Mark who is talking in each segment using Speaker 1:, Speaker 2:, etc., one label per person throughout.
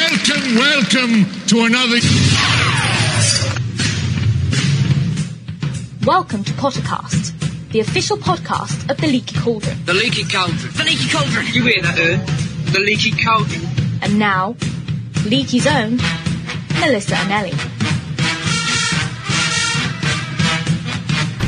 Speaker 1: and welcome to another.
Speaker 2: Welcome to Pottercast, the official podcast of the Leaky Cauldron.
Speaker 3: The leaky cauldron. The leaky cauldron. You hear that, Ern? The leaky cauldron.
Speaker 2: And now, Leaky's own, Melissa and Ellie.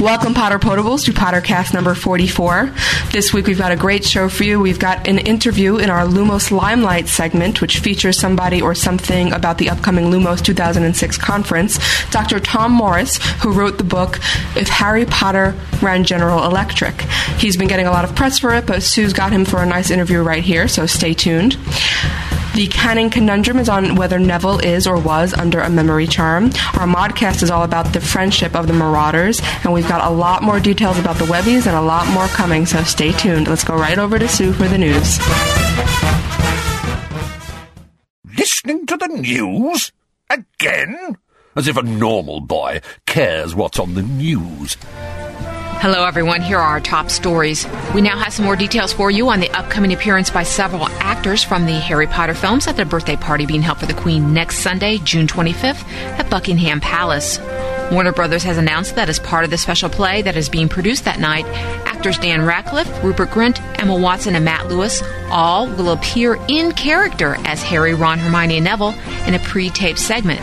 Speaker 4: Welcome, Potter Potables, to Pottercast number 44. This week we've got a great show for you. We've got an interview in our Lumos Limelight segment, which features somebody or something about the upcoming Lumos 2006 conference. Dr. Tom Morris, who wrote the book If Harry Potter Ran General Electric. He's been getting a lot of press for it, but Sue's got him for a nice interview right here, so stay tuned. The canon conundrum is on whether Neville is or was under a memory charm. Our modcast is all about the friendship of the Marauders, and we've got a lot more details about the Webbies and a lot more coming, so stay tuned. Let's go right over to Sue for the news.
Speaker 5: Listening to the news? Again? As if a normal boy cares what's on the news.
Speaker 6: Hello, everyone. Here are our top stories. We now have some more details for you on the upcoming appearance by several actors from the Harry Potter films at the birthday party being held for the Queen next Sunday, June 25th, at Buckingham Palace. Warner Brothers has announced that as part of the special play that is being produced that night, actors Dan Radcliffe, Rupert Grint, Emma Watson, and Matt Lewis all will appear in character as Harry, Ron, Hermione, and Neville in a pre taped segment.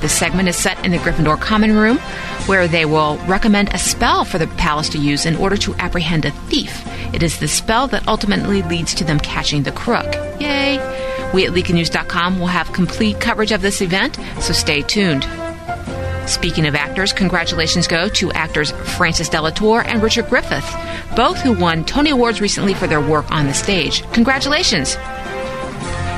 Speaker 6: The segment is set in the Gryffindor Common Room, where they will recommend a spell for the palace to use in order to apprehend a thief. It is the spell that ultimately leads to them catching the crook. Yay! We at leakynews.com will have complete coverage of this event, so stay tuned. Speaking of actors, congratulations go to actors Francis Delator and Richard Griffith, both who won Tony Awards recently for their work on the stage. Congratulations!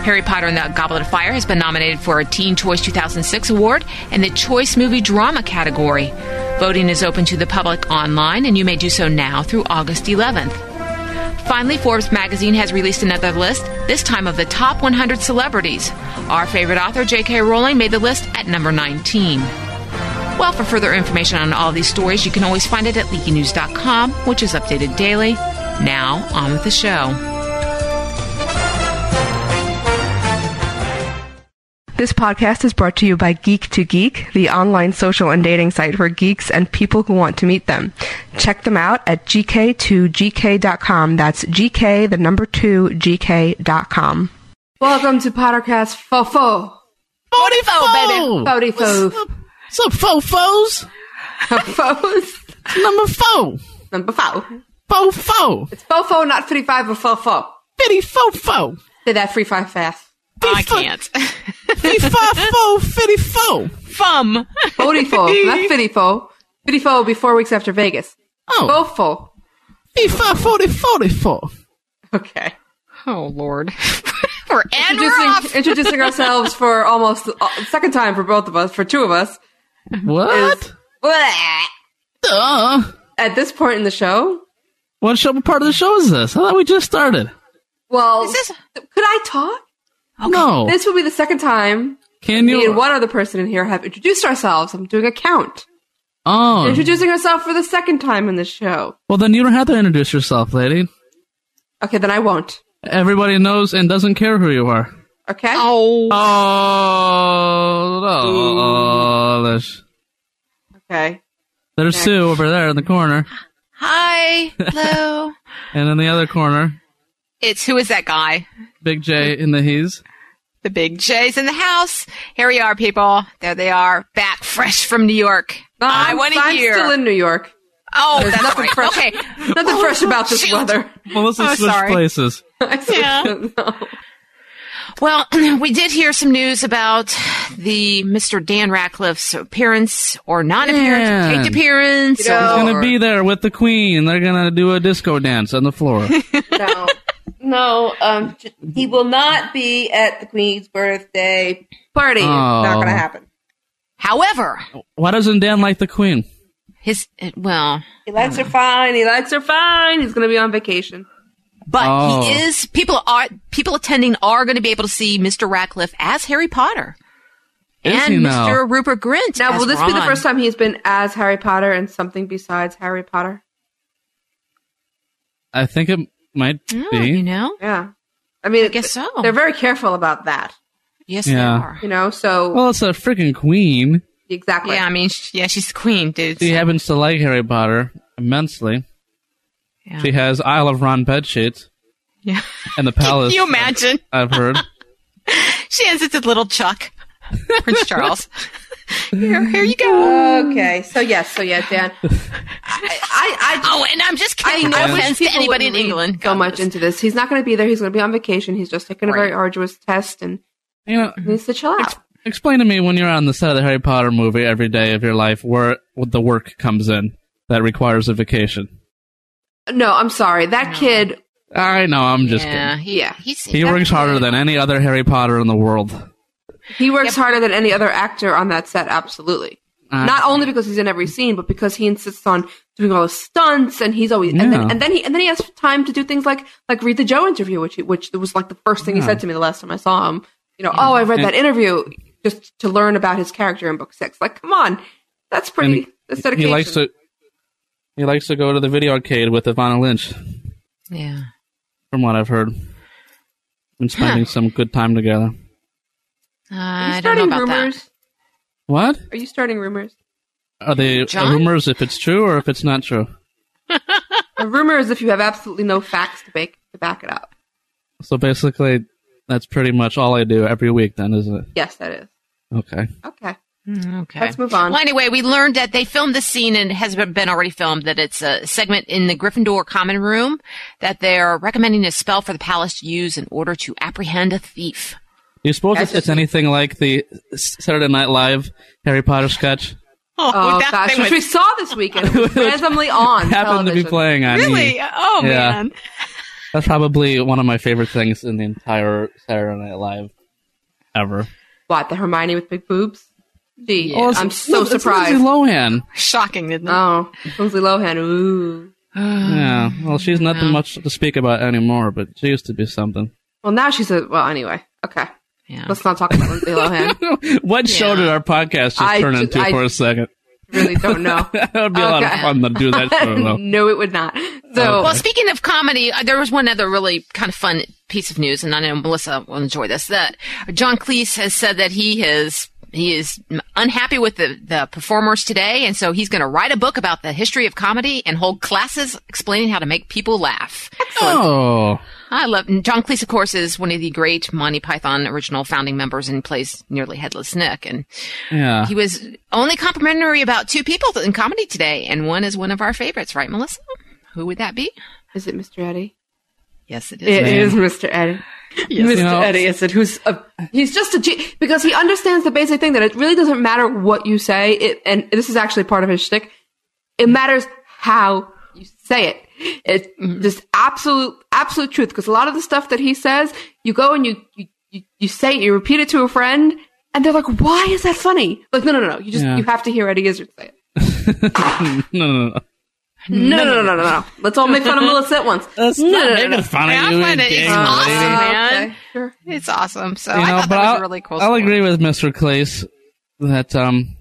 Speaker 6: Harry Potter and the Goblet of Fire has been nominated for a Teen Choice 2006 award in the Choice Movie Drama category. Voting is open to the public online, and you may do so now through August 11th. Finally, Forbes magazine has released another list, this time of the top 100 celebrities. Our favorite author, J.K. Rowling, made the list at number 19. Well, for further information on all these stories, you can always find it at leakynews.com, which is updated daily. Now, on with the show.
Speaker 4: This podcast is brought to you by Geek to Geek, the online social and dating site for geeks and people who want to meet them. Check them out at gk2gk.com. That's gk, the number two, gk.com. Welcome to Pottercast Fofo.
Speaker 7: Forty-four, baby.
Speaker 4: Fofo.
Speaker 7: So fofos,
Speaker 4: Fofos.
Speaker 7: number four,
Speaker 4: Number four.
Speaker 7: fofo,
Speaker 4: It's Fofo, not 35 or Fofo.
Speaker 7: bitty fofo,
Speaker 4: Say that 35 fast.
Speaker 8: I can't.
Speaker 7: fee fofo, fitty fo.
Speaker 8: Fum.
Speaker 4: 44, not 54. 54 will be four weeks after Vegas.
Speaker 7: Oh,
Speaker 4: Fofo.
Speaker 7: fee fa forty forty four.
Speaker 4: Okay.
Speaker 8: Oh Lord. We're and we're off.
Speaker 4: Introducing, introducing ourselves for almost uh, second time for both of us, for two of us.
Speaker 7: What?
Speaker 4: Blah.
Speaker 7: Uh,
Speaker 4: At this point in the show,
Speaker 7: what show? What part of the show is this? I thought we just started.
Speaker 4: well,
Speaker 8: Is this-
Speaker 4: could I talk?
Speaker 7: No,
Speaker 4: This will be the second time
Speaker 7: can
Speaker 4: me
Speaker 7: you?
Speaker 4: and one other person in here have introduced ourselves. I'm doing a count.
Speaker 7: Oh,
Speaker 4: Introducing herself for the second time in the show.
Speaker 7: well then you don't have to introduce yourself, lady.
Speaker 4: Okay, then I won't.
Speaker 7: Everybody knows and doesn't care who you are.
Speaker 4: Okay?
Speaker 8: Oh.
Speaker 7: Oh, oh
Speaker 4: Okay.
Speaker 7: there's Sue over there in the corner,
Speaker 8: Hi. Hello.
Speaker 7: and in the other corner,
Speaker 8: it's who is that guy?
Speaker 7: Big J in the he's.
Speaker 8: The big J's in the house. Here we are, people. There they are, back fresh from New York. I
Speaker 4: I'm-
Speaker 8: want to
Speaker 4: I'm
Speaker 8: hear.
Speaker 4: still in New York.
Speaker 8: oh,
Speaker 4: There's
Speaker 8: that's
Speaker 4: nothing
Speaker 8: right.
Speaker 4: fresh.
Speaker 8: Okay.
Speaker 4: Nothing fresh about this weather.
Speaker 7: Melissa
Speaker 8: Oh,
Speaker 7: switched
Speaker 8: sorry.
Speaker 7: places.
Speaker 4: I
Speaker 8: Yeah.
Speaker 4: don't know.
Speaker 8: Well, we did hear some news about the Mr. Dan Ratcliffe's appearance or non-appearance,
Speaker 7: Dan.
Speaker 8: taped appearance.
Speaker 4: know,
Speaker 8: or-
Speaker 7: Gonna be there with the queen. They're gonna do a disco dance on the floor.
Speaker 4: no, no. Um, j- he will not be at the Queen's birthday party. It's not
Speaker 7: Oh.
Speaker 4: going to happen.
Speaker 8: However,
Speaker 7: Why doesn't Dan like the queen?
Speaker 8: his
Speaker 4: uh,
Speaker 8: well,
Speaker 4: He likes her fine. He likes her fine. He's going to be on vacation.
Speaker 8: But
Speaker 7: Oh.
Speaker 8: he is people are people attending are going to be able to see Mr. Ratcliffe as Harry Potter
Speaker 7: Is
Speaker 8: and
Speaker 7: he
Speaker 8: Mr.
Speaker 7: now?
Speaker 8: Rupert Grint.
Speaker 4: Now,
Speaker 8: as
Speaker 4: will this be the
Speaker 8: Ron.
Speaker 4: first time he's been as Harry Potter and something besides Harry Potter?
Speaker 7: I think it might
Speaker 8: Oh,
Speaker 7: be.
Speaker 8: you know,
Speaker 4: Yeah. I mean,
Speaker 8: guess so.
Speaker 4: They're very careful about that.
Speaker 6: Yes,
Speaker 7: Yeah.
Speaker 6: they are.
Speaker 4: You know, so
Speaker 7: Well, it's a freaking queen.
Speaker 4: exactly.
Speaker 6: Yeah, I mean, sh- yeah, she's the queen, dude.
Speaker 7: She happens to like Harry Potter immensely.
Speaker 6: Yeah.
Speaker 7: She has Isle of Ron bed sheets
Speaker 6: Yeah.
Speaker 7: and the
Speaker 6: Can
Speaker 7: palace.
Speaker 6: you imagine?
Speaker 7: I've heard.
Speaker 6: She hands it to little Chuck, Prince Charles. here, here you go.
Speaker 4: okay, so yes, so yeah, Dan. I, I, I just-
Speaker 6: Oh, and I'm just
Speaker 4: I
Speaker 6: kidding.
Speaker 4: know
Speaker 6: No
Speaker 4: wish
Speaker 6: offense to
Speaker 4: people
Speaker 6: anybody in
Speaker 4: wouldn't read
Speaker 6: England.
Speaker 4: so
Speaker 6: God
Speaker 4: much
Speaker 6: knows.
Speaker 4: into this. He's not going to be there. He's going to be on vacation. He's just taking a very
Speaker 6: Right.
Speaker 4: arduous test and
Speaker 7: You know,
Speaker 4: needs to chill out.
Speaker 7: explain to me when you're on the set of the Harry Potter movie every day of your life where the work comes in that requires a vacation.
Speaker 4: No, I'm sorry. That kid.
Speaker 7: I know, I'm just
Speaker 6: yeah,
Speaker 7: kidding.
Speaker 6: he,
Speaker 4: Yeah.
Speaker 6: he's,
Speaker 7: He works harder than any other Harry Potter in the world.
Speaker 4: He works harder than any other actor on that set. Absolutely.
Speaker 7: Uh,
Speaker 4: Not only because he's in every scene, but because he insists on doing all the stunts, and he's always and,
Speaker 7: Yeah.
Speaker 4: then, and then he and then he has time to do things like like read the Joe interview, which he, which was like the first thing he said to me the last time I saw him. You know, oh, I read that interview just to learn about his character in book six. Like, come on, that's
Speaker 7: and
Speaker 4: pretty. that's dedication.
Speaker 7: He likes to. He likes to go to the video arcade with Ivana Lynch,
Speaker 6: Yeah.
Speaker 7: from what I've heard, and spending some good time together.
Speaker 6: Uh,
Speaker 4: Are you
Speaker 6: I don't know
Speaker 4: starting
Speaker 6: about
Speaker 4: rumors?
Speaker 6: that.
Speaker 7: What
Speaker 4: Are you starting rumors?
Speaker 7: are the
Speaker 6: John?
Speaker 7: rumors? If it's true or if it's not true?
Speaker 4: A rumor is if you have absolutely no facts to back to back it up.
Speaker 7: So basically, that's pretty much all I do every week. Then isn't it?
Speaker 4: Yes, that is.
Speaker 7: Okay.
Speaker 4: Okay.
Speaker 6: Mm, Okay.
Speaker 4: Let's move on.
Speaker 6: Well, anyway, we learned that they filmed this scene and it has been been already filmed that it's a segment in the Gryffindor common room that they're recommending a spell for the palace to use in order to apprehend a thief.
Speaker 7: You suppose
Speaker 4: That's
Speaker 7: it's, it's
Speaker 4: just-
Speaker 7: anything like the Saturday Night Live Harry Potter sketch
Speaker 4: Oh gosh, which we saw this weekend. It was randomly on.
Speaker 7: happened to be
Speaker 4: television.
Speaker 7: playing on E!
Speaker 6: really? Oh
Speaker 7: Yeah.
Speaker 6: man.
Speaker 7: That's probably one of my favorite things in the entire Saturday Night Live ever.
Speaker 4: What the Hermione with big boobs? Gee,
Speaker 7: Oh, it's-
Speaker 4: I'm so
Speaker 7: it's Lindsay
Speaker 4: surprised.
Speaker 7: Lohan.
Speaker 6: Shocking, didn't it?
Speaker 4: oh, Lindsay Lohan. Ooh.
Speaker 7: Yeah. Well, she's
Speaker 4: Oh,
Speaker 7: nothing much to speak about anymore, but she used to be something.
Speaker 4: Well, now she's a. Well, anyway. Okay.
Speaker 6: Yeah.
Speaker 4: Let's not talk about Lindsay Lohan.
Speaker 7: what show did our podcast just
Speaker 4: I
Speaker 7: turn
Speaker 4: ju-
Speaker 7: into
Speaker 4: I-
Speaker 7: for a second?
Speaker 4: really don't know.
Speaker 7: that would be a lot of
Speaker 4: Okay.
Speaker 7: fun to do that show, though.
Speaker 4: no, it would not. So
Speaker 6: Well, speaking of comedy, uh, there was one other really kind of fun piece of news, and I know Melissa will enjoy this. That John Cleese has said that he is he is unhappy with the, the performers today, and so he's going to write a book about the history of comedy and hold classes explaining how to make people laugh.
Speaker 7: Oh.
Speaker 6: I love and John Cleese, of course, is one of the great Monty Python original founding members and plays nearly headless Nick. And
Speaker 7: Yeah.
Speaker 6: he was only complimentary about two people in comedy today, and one is one of our favorites, right, Melissa? Who would that be?
Speaker 4: is it Mr. Eddie?
Speaker 6: Yes, it is.
Speaker 4: It is Mr. Eddie. Mr.
Speaker 7: You know-
Speaker 4: Eddie is it who's a, he's just a ge- because he understands the basic thing that it really doesn't matter what you say. It and this is actually part of his shtick. It matters how you say it. It's
Speaker 7: Mm-hmm.
Speaker 4: just absolute absolute truth because a lot of the stuff that he says, you go and you you, you you say it, you repeat it to a friend, and they're like, "Why is that funny?" Like, no, no, no, no. You just
Speaker 7: Yeah.
Speaker 4: you have to hear Eddie Izzard say it.
Speaker 7: no, no, no.
Speaker 4: No, no, no, no, no, no. Let's all make fun of Melissa at once.
Speaker 7: That's
Speaker 4: no,
Speaker 7: not
Speaker 4: no, no,
Speaker 7: making
Speaker 4: no.
Speaker 7: fun
Speaker 6: Yeah,
Speaker 7: of
Speaker 6: I
Speaker 7: you.
Speaker 6: find
Speaker 7: and
Speaker 6: it- it's
Speaker 7: gang
Speaker 6: awesome.
Speaker 7: lady.
Speaker 4: Oh,
Speaker 6: man.
Speaker 4: okay, sure.
Speaker 6: It's awesome. So I
Speaker 7: you know,
Speaker 6: thought
Speaker 7: but
Speaker 6: that was
Speaker 7: I'll,
Speaker 6: a really cool.
Speaker 7: I'll
Speaker 6: story.
Speaker 7: agree with Mr. Clace that um,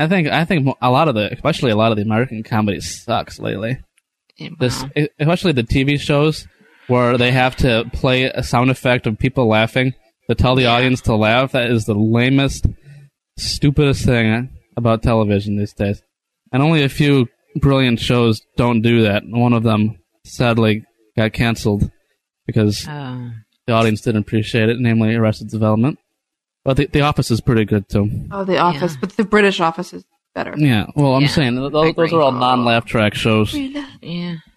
Speaker 7: I think I think a lot of the, especially a lot of the American comedy sucks lately.
Speaker 6: Yeah,
Speaker 7: This, e,
Speaker 6: wow.
Speaker 7: especially the TV shows where they have to play a sound effect of people laughing to tell the audience to laugh. That is the lamest, stupidest thing about television these days. And only a few brilliant shows don't do that. One of them sadly got canceled because
Speaker 6: Oh.
Speaker 7: the audience didn't appreciate it, namely Arrested Development. But the, the Office is pretty good too.
Speaker 4: Oh, The Office,
Speaker 6: Yeah.
Speaker 4: but the British Office is better.
Speaker 7: Yeah. Well, I'm
Speaker 6: Yeah,
Speaker 7: saying th-
Speaker 6: I
Speaker 7: those, those
Speaker 6: agree.
Speaker 7: are all non-laugh track shows
Speaker 6: yeah,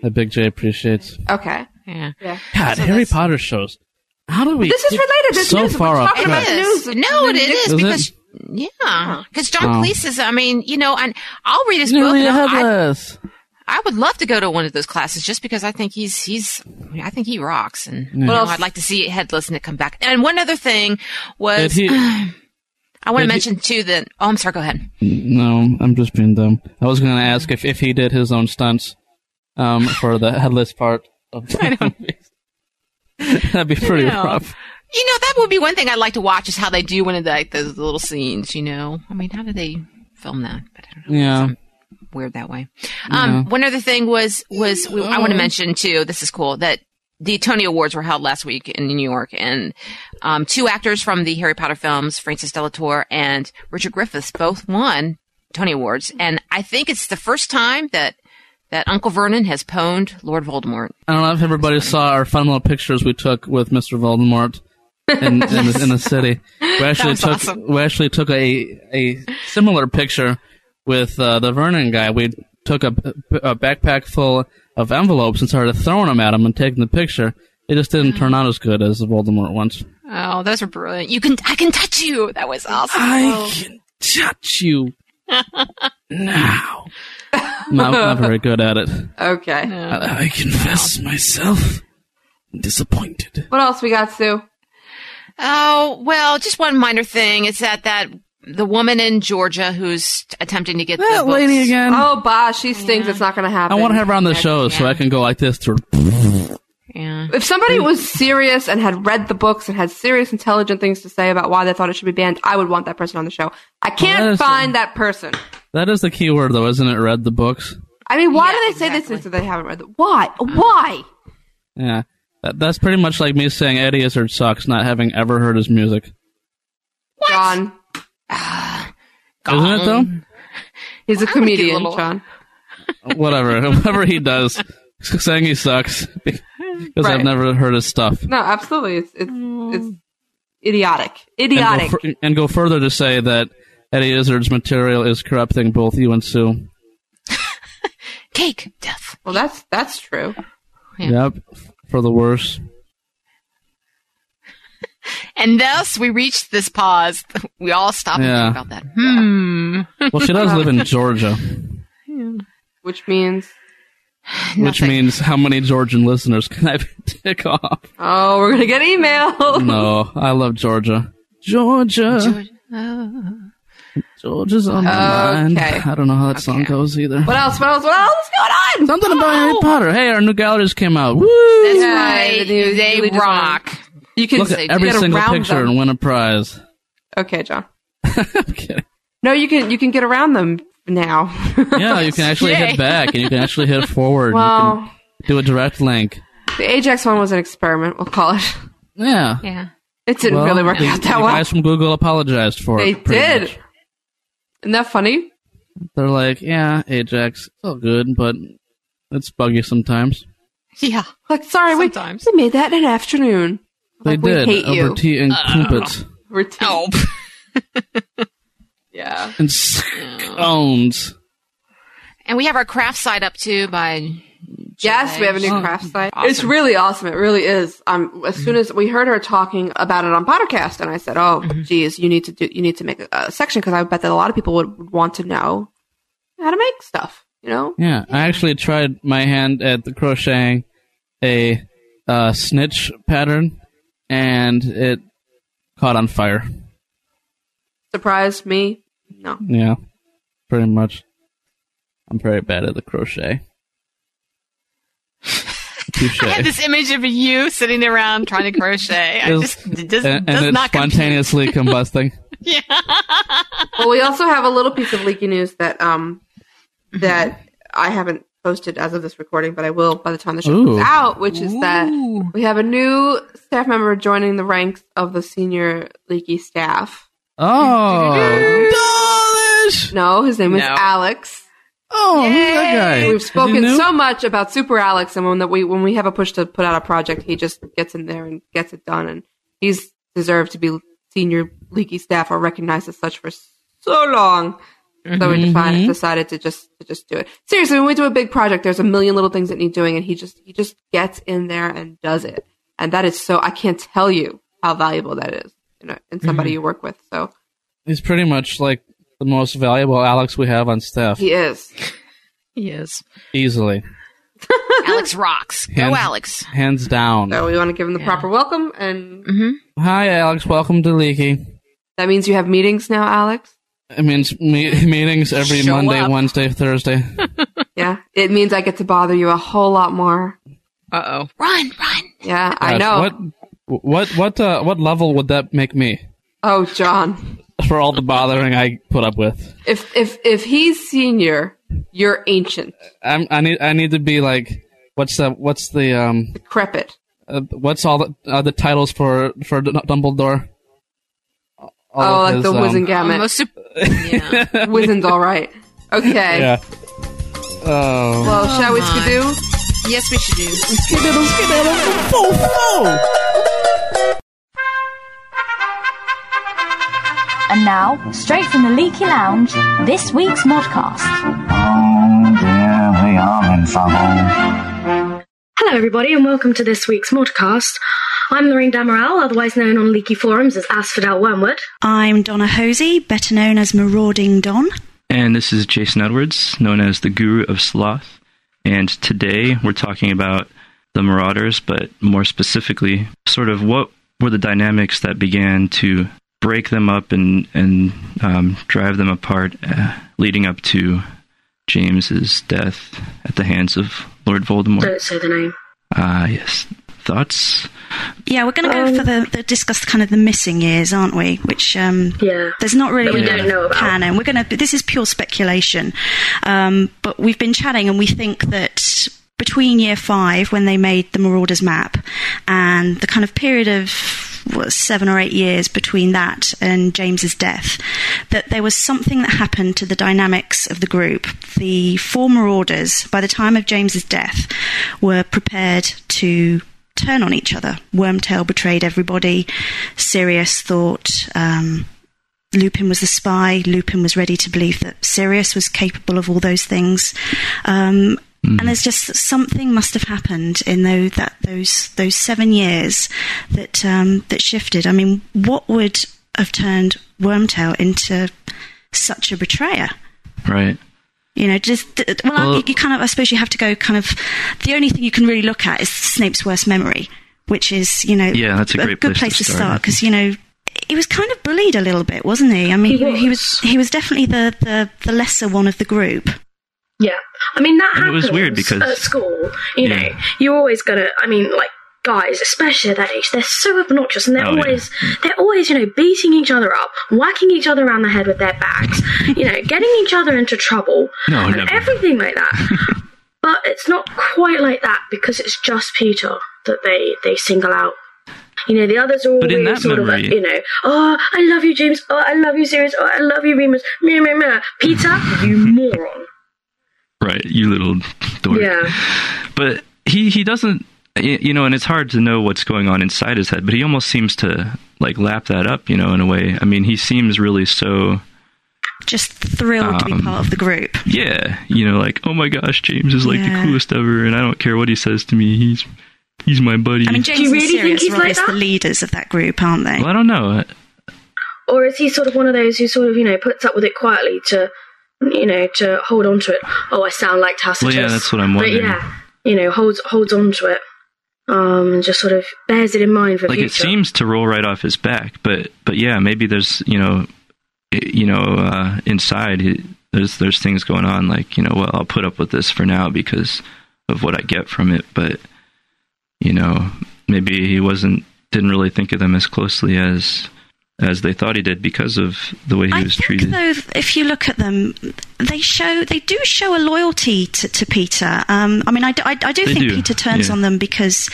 Speaker 7: that Big J appreciates.
Speaker 4: Okay.
Speaker 6: yeah.
Speaker 4: Yeah.
Speaker 7: God, Harry Potter shows. How do we?
Speaker 4: This is
Speaker 7: get
Speaker 4: related. This
Speaker 7: so
Speaker 4: news. We're
Speaker 7: far off
Speaker 4: talking
Speaker 7: track.
Speaker 4: about
Speaker 6: It is.
Speaker 4: news.
Speaker 6: No, it is
Speaker 7: Is it?
Speaker 6: because yeah, because John
Speaker 7: Wow.
Speaker 6: Cleese is. I mean, you know, and I'll read his book.
Speaker 7: Nearly
Speaker 6: and I,
Speaker 7: headless.
Speaker 6: I would love to go to one of those classes just because I think he's he's I think he rocks, and you
Speaker 7: What
Speaker 6: know,
Speaker 4: else?
Speaker 6: I'd like to see Headless Nick come back. And one other thing
Speaker 7: Did
Speaker 6: was
Speaker 7: he-
Speaker 6: I want to
Speaker 7: did he-
Speaker 6: mention too that oh, I'm sorry, go ahead.
Speaker 7: no, I'm just being dumb. I was going to ask if, if he did his own stunts um, for the headless part of the movie. That'd be pretty
Speaker 6: know.
Speaker 7: rough.
Speaker 6: You know, that would be one thing I'd like to watch is how they do one of the, like, those little scenes, you know? I mean, how do they film that? But I don't know. um,
Speaker 7: Yeah.
Speaker 6: Weird that way. Um, One other thing was, was we, I want to mention too, this is cool, that the Tony Awards were held last week in New York, and um, two actors from the Harry Potter films, Francis Delator and Richard Griffiths, both won Tony Awards, and I think it's the first time that that Uncle Vernon has pwned Lord Voldemort.
Speaker 7: I don't know if everybody saw our fun little pictures we took with Mr. Voldemort in, in, the, in the city. We actually
Speaker 6: was
Speaker 7: took
Speaker 6: awesome.
Speaker 7: we actually took a a similar picture with uh, the Vernon guy. We took a, a backpack full of envelopes and started throwing them at him and taking the picture. It just didn't turn out as good as the Voldemort ones.
Speaker 6: Oh, those are brilliant! You can, I can touch you. That was awesome.
Speaker 7: I can touch you now. not, not very good at it.
Speaker 4: Okay.
Speaker 7: I, I confess myself disappointed.
Speaker 4: What else we got, Sue?
Speaker 6: Oh well, just one minor thing is that that the woman in Georgia who's attempting to get the
Speaker 7: That
Speaker 6: books-
Speaker 7: lady again.
Speaker 4: Oh, bah, she stinks. It's not going to
Speaker 7: I
Speaker 4: happen.
Speaker 7: want to have her on the show so I can go like this to her.
Speaker 6: Yeah.
Speaker 4: If somebody was serious and had read the books and had serious, intelligent things to say about why they thought it should be banned, I would want that person on the show. I can't
Speaker 7: that is-
Speaker 4: find that person.
Speaker 7: That is the key word, though, isn't it? Read the books.
Speaker 4: I mean, why do they say this since they haven't read it? Why? Why?
Speaker 7: Yeah. That, that's pretty much like me saying Eddie Izzard sucks, not having ever heard his music.
Speaker 4: John.
Speaker 7: Isn't it, though?
Speaker 6: I would get
Speaker 4: He's a
Speaker 6: a
Speaker 4: comedian,
Speaker 6: little-
Speaker 4: John.
Speaker 7: Whatever. Whatever he does, saying he sucks because
Speaker 4: Right.
Speaker 7: I've never heard his stuff.
Speaker 4: No, absolutely. It's it's
Speaker 6: Mm.
Speaker 4: it's idiotic.
Speaker 7: And go,
Speaker 4: Idiotic.
Speaker 7: fur- and go further to say that Eddie Izzard's material is corrupting both you and Sue.
Speaker 6: Cake death.
Speaker 4: well, that's that's true.
Speaker 7: Yep. For the worse.
Speaker 6: And thus we reached this pause. We all stopped
Speaker 7: Yeah.
Speaker 6: and thought about that. Hmm.
Speaker 7: Well, she does live in Georgia,
Speaker 4: Which means,
Speaker 7: which means how many Georgian listeners can I pick off?
Speaker 4: oh, we're gonna get email.
Speaker 7: No, I love Georgia. Georgia. Georgia's on my mind.
Speaker 4: Okay.
Speaker 7: I don't know how that song goes either.
Speaker 4: What else? What else? What else is going on?
Speaker 7: Something about Harry Potter. Hey, our new gallery just came out. Woo!
Speaker 6: That's
Speaker 4: Yeah,
Speaker 6: right.
Speaker 4: the new-
Speaker 6: they
Speaker 4: newly designed.
Speaker 6: rock.
Speaker 4: You can
Speaker 7: Look
Speaker 4: you
Speaker 7: at every
Speaker 4: get
Speaker 7: single
Speaker 4: around
Speaker 7: picture
Speaker 4: them.
Speaker 7: and win a prize.
Speaker 4: Okay, John.
Speaker 7: I'm kidding.
Speaker 4: No, you can you can get around them now.
Speaker 7: Yeah, you can actually
Speaker 6: Yay.
Speaker 7: hit back and you can actually hit forward. you
Speaker 4: well,
Speaker 7: can do a direct link.
Speaker 4: the Ajax one was an experiment. We'll call it.
Speaker 7: Yeah.
Speaker 6: Yeah.
Speaker 4: It didn't
Speaker 7: Well,
Speaker 4: really work
Speaker 7: the,
Speaker 4: out
Speaker 7: the
Speaker 4: that well.
Speaker 7: guys from Google apologized for
Speaker 4: They
Speaker 7: it. pretty
Speaker 4: did.
Speaker 7: much.
Speaker 4: Isn't that funny?
Speaker 7: They're like, yeah, Ajax, oh good, but it's buggy sometimes.
Speaker 6: Yeah.
Speaker 4: Like, sorry, we,
Speaker 6: Sometimes.
Speaker 4: we made that in an afternoon.
Speaker 7: They
Speaker 4: Like, we
Speaker 7: did
Speaker 4: hate
Speaker 7: over
Speaker 4: you. Uh,
Speaker 7: tea and crumpets
Speaker 4: We're t-
Speaker 6: Oh.
Speaker 4: yeah.
Speaker 7: and
Speaker 4: uh.
Speaker 7: scones.
Speaker 6: And we have our craft site up too by
Speaker 4: Yes, we have a new craft site. It's really awesome. It really is. Um, as soon as we heard her talking about it on podcast, and I said, "Oh,
Speaker 6: Mm-hmm.
Speaker 4: geez, you need to do, you need to make a, a section because I bet that a lot of people would, would want to know how to make stuff." You know,
Speaker 7: Yeah, I actually tried my hand at the crocheting a uh, snitch pattern, and it caught on fire.
Speaker 4: surprise me. No,
Speaker 7: Yeah, pretty much. I'm very bad at the crochet. Touche.
Speaker 6: I have this image of you sitting around trying to crochet. I
Speaker 7: It's-
Speaker 6: just it does,
Speaker 7: and,
Speaker 6: does
Speaker 7: and it's
Speaker 6: not compute.
Speaker 7: spontaneously combusting.
Speaker 4: well, we also have a little piece of leaky news that um that I haven't posted as of this recording, but I will by the time the show
Speaker 7: Ooh.
Speaker 4: comes out, which is that we have a new staff member joining the ranks of the senior leaky staff.
Speaker 7: Oh, Dolish!
Speaker 4: No, his name is
Speaker 6: No.
Speaker 4: Alex.
Speaker 7: Oh, who's that guy?
Speaker 4: We've
Speaker 7: Is he
Speaker 4: spoken
Speaker 7: new?
Speaker 4: so much about Super Alex, and when that we when we have a push to put out a project, he just gets in there and gets it done, and he's deserved to be senior leaky staff or recognized as such for so long. So we defi- decided to just to just do it. Seriously, when we do a big project, there's a million little things that need doing, and he just he just gets in there and does it, and that is so I can't tell you how valuable that is, you know, in somebody you work with. So
Speaker 7: He's pretty much like the most valuable Alex we have on staff,
Speaker 4: he is.
Speaker 6: Yes.
Speaker 7: easily,
Speaker 6: Alex rocks. Go
Speaker 7: Hands-
Speaker 6: Alex.
Speaker 7: hands down.
Speaker 4: So we want to give him the proper welcome, and
Speaker 6: Mm-hmm.
Speaker 7: Hi, Alex. Welcome to Leaky.
Speaker 4: that means you have meetings now, Alex.
Speaker 7: It means me- meetings every
Speaker 6: Show
Speaker 7: Monday,
Speaker 6: up.
Speaker 7: Wednesday, Thursday.
Speaker 4: Yeah, it means I get to bother you a whole lot more.
Speaker 6: Uh oh. Run, run.
Speaker 4: Yeah, I
Speaker 7: Gosh,
Speaker 4: know.
Speaker 7: What what what uh, what level would that make me
Speaker 4: Oh, John,
Speaker 7: for all the bothering I put up with?
Speaker 4: if if if he's senior, you're ancient,
Speaker 7: I'm, I need I need to be like what's the what's the um
Speaker 4: decrepit.
Speaker 7: uh, what's all the, uh, the titles for for D- Dumbledore? All
Speaker 4: oh,
Speaker 7: of
Speaker 4: like
Speaker 7: his,
Speaker 4: the
Speaker 7: um,
Speaker 4: Wizengamot.
Speaker 6: Most
Speaker 4: gamut.
Speaker 6: sup- yeah.
Speaker 4: Wizen's all right. Okay.
Speaker 7: Yeah. Oh.
Speaker 4: Well, shall we skidoo?
Speaker 6: yes, we should do.
Speaker 3: And now, straight from the Leaky Lounge, this week's modcast.
Speaker 2: Hello, everybody, and welcome to this week's modcast. I'm Lorraine Damerel, otherwise known on leaky forums as Asford Out Wormwood.
Speaker 9: I'm Donna Hosey, better known as Marauding Don.
Speaker 10: And this is Jason Edwards, known as the Guru of Sloth. And today we're talking about the Marauders, but more specifically, sort of what were the dynamics that began to break them up and, and um, drive them apart, uh, leading up to James's death at the hands of Lord Voldemort.
Speaker 2: Don't say the name.
Speaker 10: Ah, yes. Thoughts?
Speaker 9: Yeah, we're going to go
Speaker 2: Um,
Speaker 9: for the, the discuss kind of the missing years, aren't we? Which um,
Speaker 2: Yeah.
Speaker 9: there's not really
Speaker 2: That we
Speaker 9: a lot
Speaker 2: don't know
Speaker 9: of
Speaker 2: about.
Speaker 9: canon. We're going to. This is pure speculation, um, but we've been chatting and we think that between year five, when they made the Marauders map, and the kind of period of what, seven or eight years between that and James's death, that there was something that happened to the dynamics of the group. The four Marauders, by the time of James's death, were prepared to turn on each other. Wormtail betrayed everybody. Sirius thought. Um, Lupin was the spy. Lupin was ready to believe that Sirius was capable of all those things. Um, And there's just something must have happened in those that those those seven years that um, that shifted. I mean, what would have turned Wormtail into such a betrayer?
Speaker 10: Right.
Speaker 9: You know, just th- well, I
Speaker 10: Well-
Speaker 9: you kind of. I suppose you have to go kind of. The only thing you can really look at is Snape's worst memory, which is you know,
Speaker 10: Yeah, that's a great
Speaker 9: good place, to start because you know he was kind of bullied a little bit, wasn't he? I mean,
Speaker 2: He
Speaker 9: he, he was
Speaker 2: was.
Speaker 9: he was definitely the, the the lesser one of the group.
Speaker 2: Yeah. I mean, that
Speaker 10: And it
Speaker 2: happens
Speaker 10: was weird because-
Speaker 2: at school. You
Speaker 10: Yeah.
Speaker 2: know, you're always going to, I mean, like, guys, especially at that age, they're so obnoxious and they're
Speaker 10: Oh, yeah.
Speaker 2: always, they're always, you know, beating each other up, whacking each other around the head with their bags, you know, getting each other into trouble
Speaker 10: No,
Speaker 2: and
Speaker 10: never.
Speaker 2: everything like that. but it's not quite like that because it's just Peter that they, they single out. You know, the others are all
Speaker 10: But in
Speaker 2: really
Speaker 10: that
Speaker 2: sort of
Speaker 10: memory-
Speaker 2: like, you know, oh, I love you, James. Oh, I love you, Sirius. Oh, I love you, Remus. Meh, meh, meh. Peter, you moron.
Speaker 10: Right, you little dork.
Speaker 2: Yeah.
Speaker 10: but he he doesn't y- you know and it's hard to know what's going on inside his head but he almost seems to like lap that up you know in a way i mean he seems really so
Speaker 9: Just thrilled to be
Speaker 10: Um,
Speaker 9: part of the group.
Speaker 10: yeah you know like oh my gosh james is like
Speaker 9: Yeah.
Speaker 10: the coolest ever and i don't care what he says to me he's he's my buddy
Speaker 9: I mean, James
Speaker 2: you
Speaker 9: and
Speaker 2: really think
Speaker 9: Sirius
Speaker 2: he's
Speaker 9: are
Speaker 2: like
Speaker 9: obviously
Speaker 2: that?
Speaker 9: the leaders of that group, aren't they?
Speaker 10: well, i don't know
Speaker 2: Or is he sort of one of those who sort of, you know, puts up with it quietly to, you know, to hold on to it? Oh, I sound like Tacitus.
Speaker 10: Well, yeah, that's what I'm
Speaker 2: But
Speaker 10: wondering.
Speaker 2: yeah, you know, holds holds on to it, um, and just sort of bears it in mind for
Speaker 10: like
Speaker 2: future.
Speaker 10: it seems to roll right off his back but but yeah maybe there's you know i- you know uh inside he, there's there's things going on like you know well i'll put up with this for now because of what i get from it but you know maybe he wasn't didn't really think of them as closely as as they thought he did because of the way he
Speaker 9: I
Speaker 10: was
Speaker 9: think
Speaker 10: treated
Speaker 9: though, if you look at them, they show they do show a loyalty to, to Peter. Um, I mean, I, d- I- I do
Speaker 10: They
Speaker 9: think
Speaker 10: do,
Speaker 9: Peter turns
Speaker 10: yeah.
Speaker 9: on them because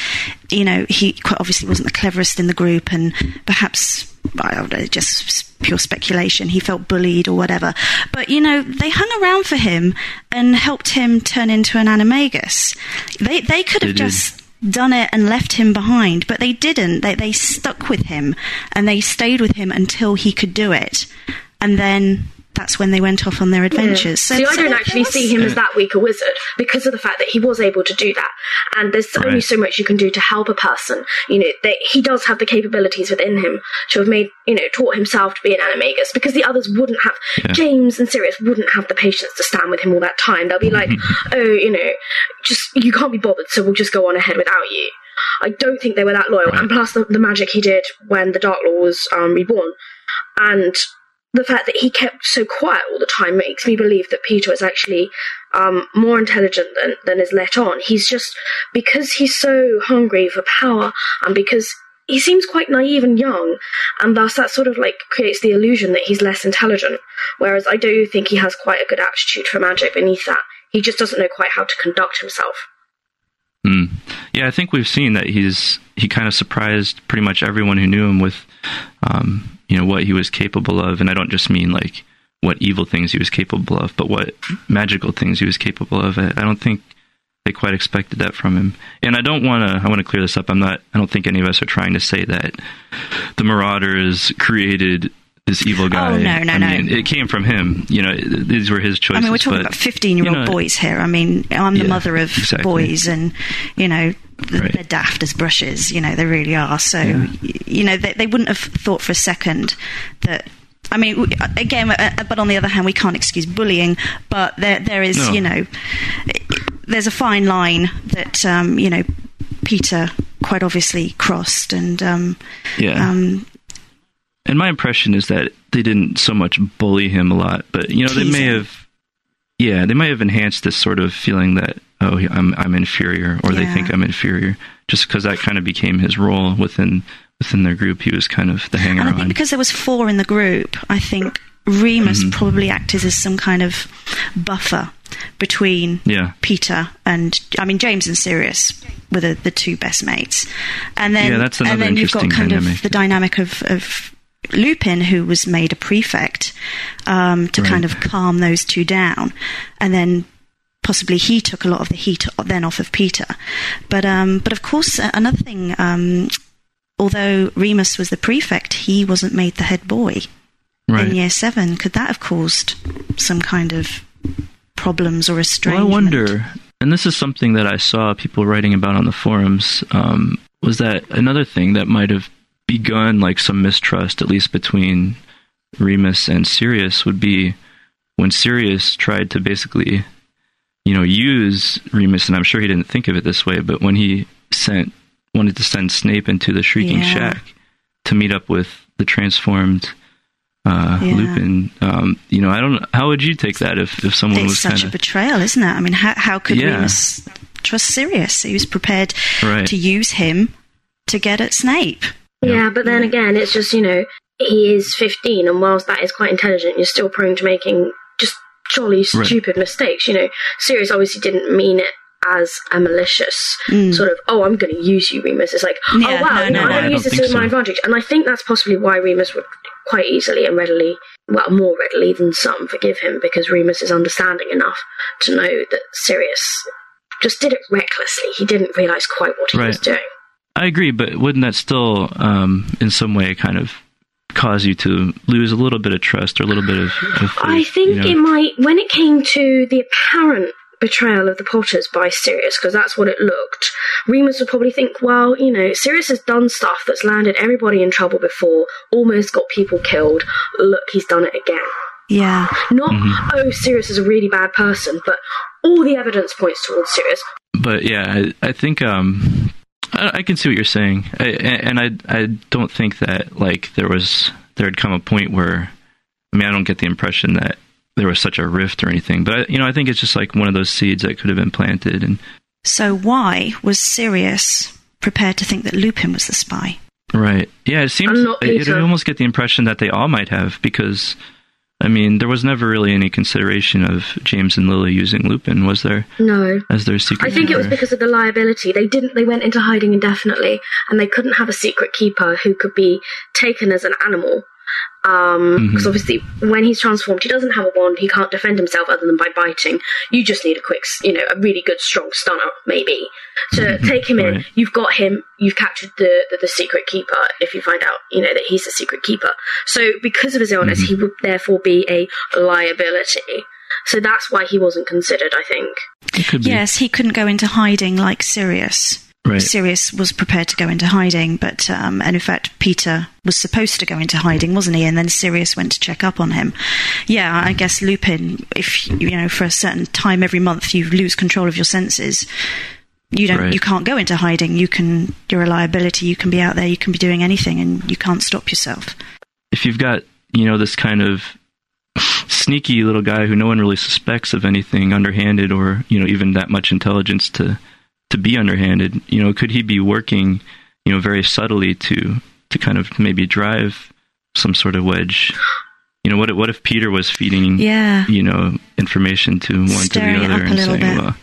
Speaker 9: you know he quite obviously wasn't the cleverest in the group, and perhaps I don't know, just s- pure speculation, he felt bullied or whatever. But you know, they hung around for him and helped him turn into an animagus. They they could have
Speaker 10: They did.
Speaker 9: just done it and left him behind, but they didn't. They, they stuck with him and they stayed with him until he could do it. And then that's when they went off on their adventures. So,
Speaker 2: See, I
Speaker 9: so
Speaker 2: don't
Speaker 9: there
Speaker 2: actually
Speaker 9: was-
Speaker 2: see him as that weak a wizard because of the fact that he was able to do that. And there's only
Speaker 10: Right.
Speaker 2: so much you can do to help a person. You know, they, he does have the capabilities within him to have made, you know, taught himself to be an animagus because the others wouldn't have, James and Sirius wouldn't have the patience to stand with him all that time. They'll be like, oh, you know, just, you can't be bothered, so we'll just go on ahead without you. I don't think they were that loyal. And plus the, the magic he did when the Dark Law was um, reborn. And the fact that he kept so quiet all the time makes me believe that Peter is actually um, more intelligent than, than is let on. He's just because he's so hungry for power, and because he seems quite naive and young, and thus that sort of like creates the illusion that he's less intelligent. Whereas I do think he has quite a good aptitude for magic beneath that. He just doesn't know quite how to conduct himself.
Speaker 10: Mm. Yeah, I think we've seen that he's he kind of surprised pretty much everyone who knew him with, um, you know, what he was capable of, and I don't just mean like what evil things he was capable of, but what magical things he was capable of. I, I don't think they quite expected that from him, and I don't want to. I want to clear this up. I'm not. I don't think any of us are trying to say that the Marauders created this evil guy.
Speaker 9: Oh, no, no,
Speaker 10: I
Speaker 9: no.
Speaker 10: mean, it came from him. You know, these were his choices.
Speaker 9: I mean, we're talking
Speaker 10: but,
Speaker 9: about 15 year old
Speaker 10: you know,
Speaker 9: boys here. I mean, I'm the
Speaker 10: Yeah,
Speaker 9: mother of
Speaker 10: exactly.
Speaker 9: boys, and, you know, th-
Speaker 10: Right.
Speaker 9: they're daft as brushes. You know, they really are. So,
Speaker 10: Yeah.
Speaker 9: y- you know, they, they wouldn't have thought for a second that. I mean, w- again, uh, but on the other hand, we can't excuse bullying. But there, there is,
Speaker 5: No.
Speaker 9: you know, i- there's a fine line that um, you know Peter quite obviously crossed, and um,
Speaker 10: Yeah.
Speaker 9: um,
Speaker 10: And my impression is that they didn't so much bully him a lot, but you know they
Speaker 9: Tease
Speaker 10: may
Speaker 9: him.
Speaker 10: have, yeah, they may have enhanced this sort of feeling that oh he- I'm I'm inferior or they
Speaker 9: Yeah.
Speaker 10: think I'm inferior just because that kind of became his role within within their group. He was kind of the hanger
Speaker 9: And I think
Speaker 10: on.
Speaker 9: because there was four in the group, I think Remus probably acted as some kind of buffer between
Speaker 10: Yeah.
Speaker 9: Peter and I mean James and Sirius were the, the two best mates, and then
Speaker 10: Yeah, that's
Speaker 9: and
Speaker 10: another
Speaker 9: then you've got
Speaker 10: interesting
Speaker 9: kind
Speaker 10: dynamic.
Speaker 9: of the dynamic of, of Lupin, who was made a prefect um, to kind of calm those two down, and then possibly he took a lot of the heat then off of Peter, but um, but of course uh, another thing. Um, although Remus was the prefect, he wasn't made the head boy
Speaker 10: Right.
Speaker 9: in year seven. Could that have caused some kind of problems or
Speaker 10: Well, I
Speaker 9: estrangement?
Speaker 10: wonder, and this is something that I saw people writing about on the forums, um, was that another thing that might have begun like some mistrust, at least between Remus and Sirius, would be when Sirius tried to basically, you know, use Remus, and I'm sure he didn't think of it this way, but when he sent wanted to send Snape into the Shrieking
Speaker 9: Yeah.
Speaker 10: Shack to meet up with the transformed uh,
Speaker 9: Yeah.
Speaker 10: Lupin, um, you know, I don't. How would you take that if if someone
Speaker 9: It's
Speaker 10: was
Speaker 9: such
Speaker 10: kind
Speaker 9: a
Speaker 10: of
Speaker 9: betrayal, isn't it? I mean, how, how could
Speaker 10: Yeah.
Speaker 9: Remus trust Sirius? He was prepared
Speaker 10: Right.
Speaker 9: to use him to get at Snape.
Speaker 2: Yeah, but then again, it's just, you know, he is 15, and whilst that is quite intelligent, you're still prone to making just jolly
Speaker 5: Right.
Speaker 2: stupid mistakes. You know, Sirius obviously didn't mean it as a malicious
Speaker 5: Mm.
Speaker 2: sort of, oh, I'm going to use you, Remus. It's like,
Speaker 5: Yeah,
Speaker 2: oh, wow,
Speaker 5: no, no,
Speaker 2: you know, I'm
Speaker 5: no,
Speaker 2: going
Speaker 5: I
Speaker 2: to
Speaker 5: don't
Speaker 2: use this
Speaker 5: think
Speaker 2: to my
Speaker 5: so.
Speaker 2: advantage. And I think that's possibly why Remus would quite easily and readily, well, more readily than some, forgive him, because Remus is understanding enough to know that Sirius just did it recklessly. He didn't realise quite what he was
Speaker 10: Right.
Speaker 2: doing.
Speaker 10: I agree, but wouldn't that still, um, in some way, kind of cause you to lose a little bit of trust or a little bit of? of
Speaker 2: I
Speaker 10: faith, you
Speaker 2: think
Speaker 10: know?
Speaker 2: it might when it came to the apparent betrayal of the Potters by Sirius, because that's what it looked. Remus would probably think, well, you know, Sirius has done stuff that's landed everybody in trouble before, almost got people killed. Look, he's done it again.
Speaker 9: Yeah.
Speaker 2: Not
Speaker 10: Mm-hmm.
Speaker 2: oh, Sirius is a really bad person, but all the evidence points towards Sirius.
Speaker 10: But yeah, I, I think um, I, I can see what you're saying, I, and I I don't think that like there was there had come a point where, I mean, I don't get the impression that there was such a rift or anything. But I, you know, I think it's just like one of those seeds that could have been planted, and
Speaker 9: So why was Sirius prepared to think that Lupin was the spy?
Speaker 10: Right. Yeah, it seems
Speaker 9: I'm not
Speaker 10: I- it,
Speaker 9: Peter.
Speaker 10: I almost get the impression that they all might have because I mean, there was never really any consideration of James and Lily using Lupin, was there?
Speaker 2: No.
Speaker 10: As their secret.
Speaker 2: I think it was
Speaker 10: keeper?
Speaker 2: because of the liability. They didn't. They went into hiding indefinitely, and they couldn't have a secret keeper who could be taken as an animal. Because
Speaker 5: Mhm.
Speaker 2: obviously, when he's transformed, he doesn't have a wand. He can't defend himself other than by biting. You just need a quick, s- you know, a really good strong stunner, maybe, to take him in.
Speaker 5: Right.
Speaker 2: You've got him. You've captured the, the the secret keeper. If you find out, you know that he's the secret keeper. So because of his illness, he would therefore be a liability. So that's why he wasn't considered. I think.
Speaker 9: Yes, he couldn't go into hiding like Sirius.
Speaker 2: Right.
Speaker 9: Sirius was prepared to go into hiding, but um, and in fact, Peter was supposed to go into hiding, wasn't he? And then Sirius went to check up on him. Yeah, I guess Lupin, if you know, for a certain time every month, you lose control of your senses. You don't,
Speaker 5: Right.
Speaker 9: you can't go into hiding. You can, you're a liability. You can be out there. You can be doing anything, and you can't stop yourself.
Speaker 10: if you've got you know this kind of sneaky little guy who no one really suspects of anything underhanded or you know even that much intelligence to to be underhanded you know could he be working you know very subtly to to kind of maybe drive some sort of wedge you know what if- what if peter was feeding
Speaker 9: Yeah.
Speaker 10: you know information to one
Speaker 9: Stirring
Speaker 10: to
Speaker 9: it
Speaker 10: the other
Speaker 9: up a
Speaker 10: and
Speaker 9: little
Speaker 10: saying
Speaker 9: bit.
Speaker 10: well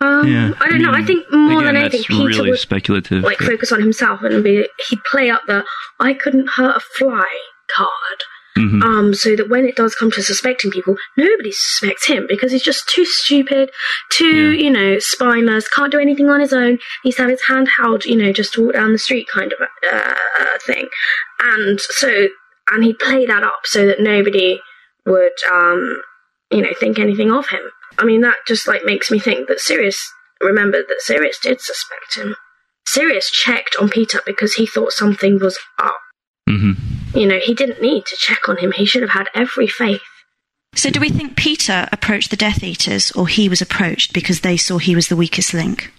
Speaker 2: Um,
Speaker 10: Yeah,
Speaker 2: I don't
Speaker 10: I
Speaker 2: know. I
Speaker 10: mean,
Speaker 2: think more
Speaker 10: again,
Speaker 2: than anything,
Speaker 10: that's
Speaker 2: Peter
Speaker 10: really
Speaker 2: would
Speaker 10: speculative,
Speaker 2: like
Speaker 10: but-
Speaker 2: focus on himself and be he'd play up the "I couldn't hurt a fly" card,
Speaker 10: Mhm.
Speaker 2: um, so that when it does come to suspecting people, nobody suspects him because he's just too stupid, too you know spineless, can't do anything on his own. He's to have his hand held, you know, just to walk down the street kind of uh, thing, and so and he'd play that up so that nobody would um, you know think anything of him. I mean, that just like makes me think that Sirius remembered that Sirius did suspect him. Sirius checked on Peter because he thought something was up. You know, he didn't need to check on him. He should have had every faith.
Speaker 9: So, do we think Peter approached the Death Eaters, or he was approached because they saw he was the weakest link?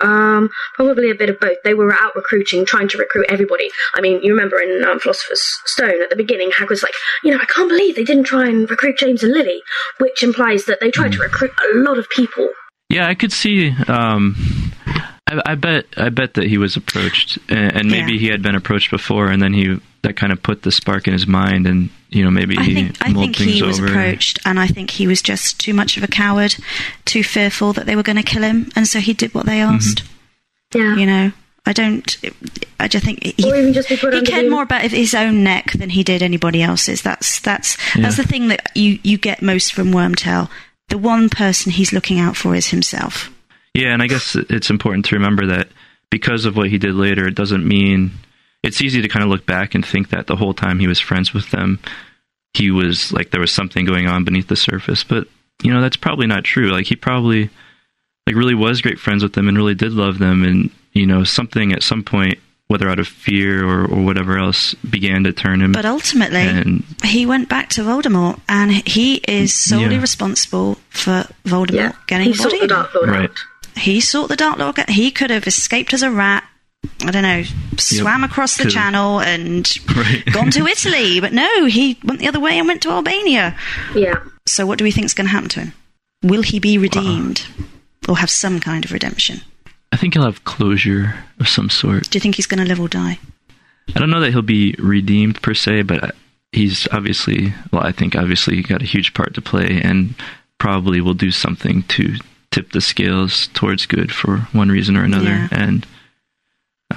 Speaker 2: Um, probably a bit of both. They were out recruiting, trying to recruit everybody. I mean, you remember in um, Philosopher's Stone at the beginning, Hagrid's like, you know, I can't believe they didn't try and recruit James and Lily, which implies that they tried to recruit a lot of people.
Speaker 10: Yeah, I could see. Um, I, I bet. I bet that he was approached, and, and maybe he had been approached before, and then he that kind of put the spark in his mind, and you know maybe
Speaker 9: I
Speaker 10: he
Speaker 9: think I
Speaker 10: mulled
Speaker 9: think
Speaker 10: things
Speaker 9: he was
Speaker 10: over.
Speaker 9: approached, and I think he was just too much of a coward, too fearful that they were going to kill him, and so he did what they
Speaker 10: Mm-hmm.
Speaker 9: asked.
Speaker 2: Yeah,
Speaker 9: you know, I don't. I just think he,
Speaker 2: Or even just be put
Speaker 9: he
Speaker 2: under
Speaker 9: cared
Speaker 2: the-
Speaker 9: more about his own neck than he did anybody else's. That's that's
Speaker 10: Yeah.
Speaker 9: that's the thing that you you get most from Wormtail. The one person he's looking out for is himself.
Speaker 10: Yeah, and I guess it's important to remember that because of what he did later, it doesn't mean it's easy to kind of look back and think that the whole time he was friends with them, he was like there was something going on beneath the surface. But you know that's probably not true. Like he probably like really was great friends with them and really did love them, and you know something at some point, whether out of fear or, or whatever else, began to turn him.
Speaker 9: But ultimately,
Speaker 10: Mm. and
Speaker 9: he went back to Voldemort, and he is solely
Speaker 10: Yeah.
Speaker 9: responsible for Voldemort getting
Speaker 2: he sought
Speaker 9: bodied.
Speaker 2: the Dark Lord
Speaker 10: right,
Speaker 9: He sought the Dark Lord. out. He could have escaped as a rat. I don't know, swam across the
Speaker 10: Could've.
Speaker 9: channel and
Speaker 10: right,
Speaker 9: gone to Italy, but no, he went the other way and went to Albania.
Speaker 2: Yeah.
Speaker 9: So, what do we think is going to happen to him? Will he be redeemed or have some kind of redemption?
Speaker 10: I think he'll have closure of some sort.
Speaker 9: Do you think he's going to live or die?
Speaker 10: I don't know that he'll be redeemed per se, but I- he's obviously, well, I think obviously he got a huge part to play and probably will do something to tip the scales towards good for one reason or another.
Speaker 9: Yeah.
Speaker 10: And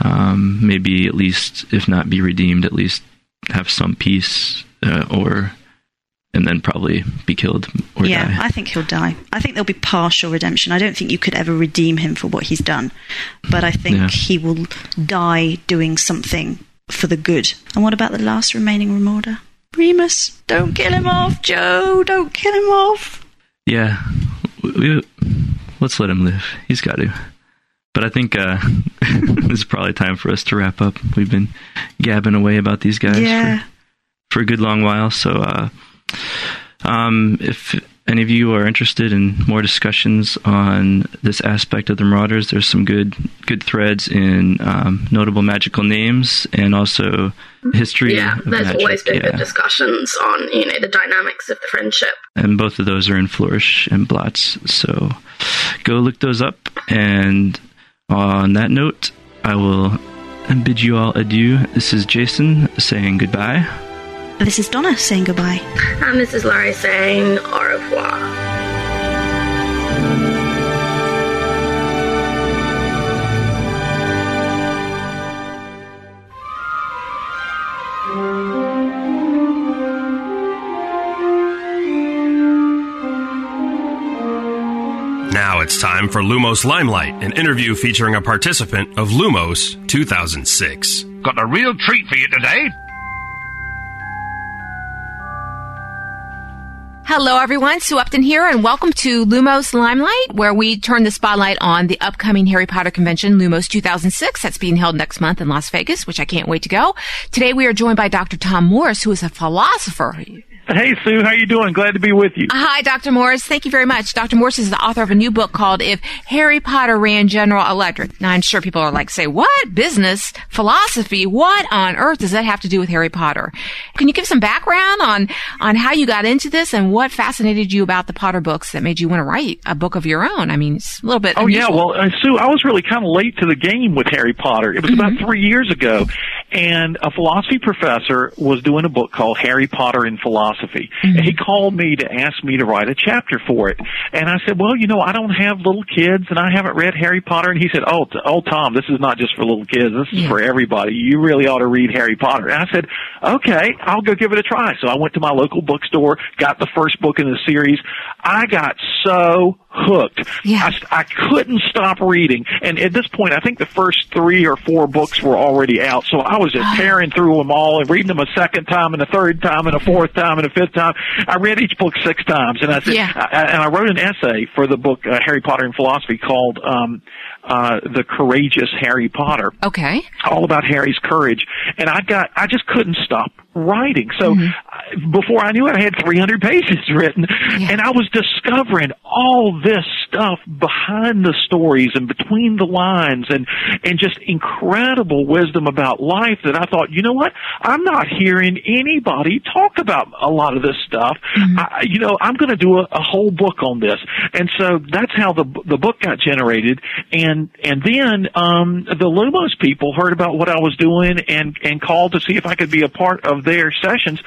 Speaker 10: um, maybe at least, if not be redeemed, at least have some peace uh, or, and then probably be killed or
Speaker 9: yeah,
Speaker 10: die.
Speaker 9: I think he'll die. I think there'll be partial redemption. I don't think you could ever redeem him for what he's done, but I think
Speaker 10: Yeah.
Speaker 9: he will die doing something for the good. And what about the last remaining Remorder? Remus, don't kill him off, Joe. Don't kill him off.
Speaker 10: Yeah, we, we- let's let him live. He's got to. But I think uh, it's probably time for us to wrap up. We've been gabbing away about these guys
Speaker 9: Yeah.
Speaker 10: for, for a good long while. So, uh, um, if any of you are interested in more discussions on this aspect of the Marauders, there's some good good threads in um, notable magical names and also history.
Speaker 2: yeah,
Speaker 10: of
Speaker 2: there's
Speaker 10: magic.
Speaker 2: always been
Speaker 10: yeah.
Speaker 2: good discussions on, you know, the dynamics of the friendship.
Speaker 10: and both of those are in Flourish and Blots. So go look those up. And on that note, I will bid you all adieu. This is Jason saying goodbye.
Speaker 9: This is Donna saying goodbye.
Speaker 2: And this is Larry saying au revoir.
Speaker 5: Now it's time for Lumos Limelight, an interview featuring a participant of Lumos 2006.
Speaker 11: Got a real treat for you today.
Speaker 12: Hello, everyone. Sue Upton here, and welcome to Lumos Limelight, where we turn the spotlight on the upcoming Harry Potter convention, Lumos 2006, that's being held next month in Las Vegas, which I can't wait to go. Today, we are joined by Dr. Tom Morris, who is a philosopher.
Speaker 13: Hey Sue, how you doing? Glad to be with you.
Speaker 12: Hi, Dr. Morris. Thank you very much. Dr. Morris is the author of a new book called If Harry Potter Ran General Electric. Now, I'm sure people are like, say, what? Business? Philosophy? What on earth does that have to do with Harry Potter? Can you give some background on, on how you got into this and what fascinated you about the Potter books that made you want to write a book of your own? I mean, it's a little bit.
Speaker 13: Oh yeah,
Speaker 12: unusual.
Speaker 13: well uh, Sue, I was really kind of late to the game with Harry Potter. It was about three years ago, and a philosophy professor was doing a book called Harry Potter in Philosophy. And he called me to ask me to write a chapter for it. And I said, well, you know, I don't have little kids and I haven't read Harry Potter. And he said, oh, t- oh, Tom, this is not just for little kids. This is for everybody. You really ought to read Harry Potter. And I said, okay, I'll go give it a try. So I went to my local bookstore, got the first book in the series. I got so hooked. Yeah. I, I couldn't stop reading. And at this point, I think the first three or four books were already out. So I was just tearing through them all and reading them a second time and a third time and a fourth time and a fifth time. I read each book six times. And I said,
Speaker 14: Yeah.
Speaker 13: I, and I wrote an essay for the book uh, Harry Potter and Philosophy called um, uh, The Courageous Harry Potter
Speaker 6: Okay.
Speaker 13: all about Harry's courage, and I got I just couldn't stop writing. So I- before I knew it, I had 300 pages written, and I was discovering all this stuff behind the stories and between the lines, and and just incredible wisdom about life that I thought, you know what, I'm not hearing anybody talk about a lot of this stuff. I, you know, I'm going to do a, a whole book on this, and so that's how the the book got generated, and and then um, the Lumos people heard about what I was doing and and called to see if I could be a part of their sessions.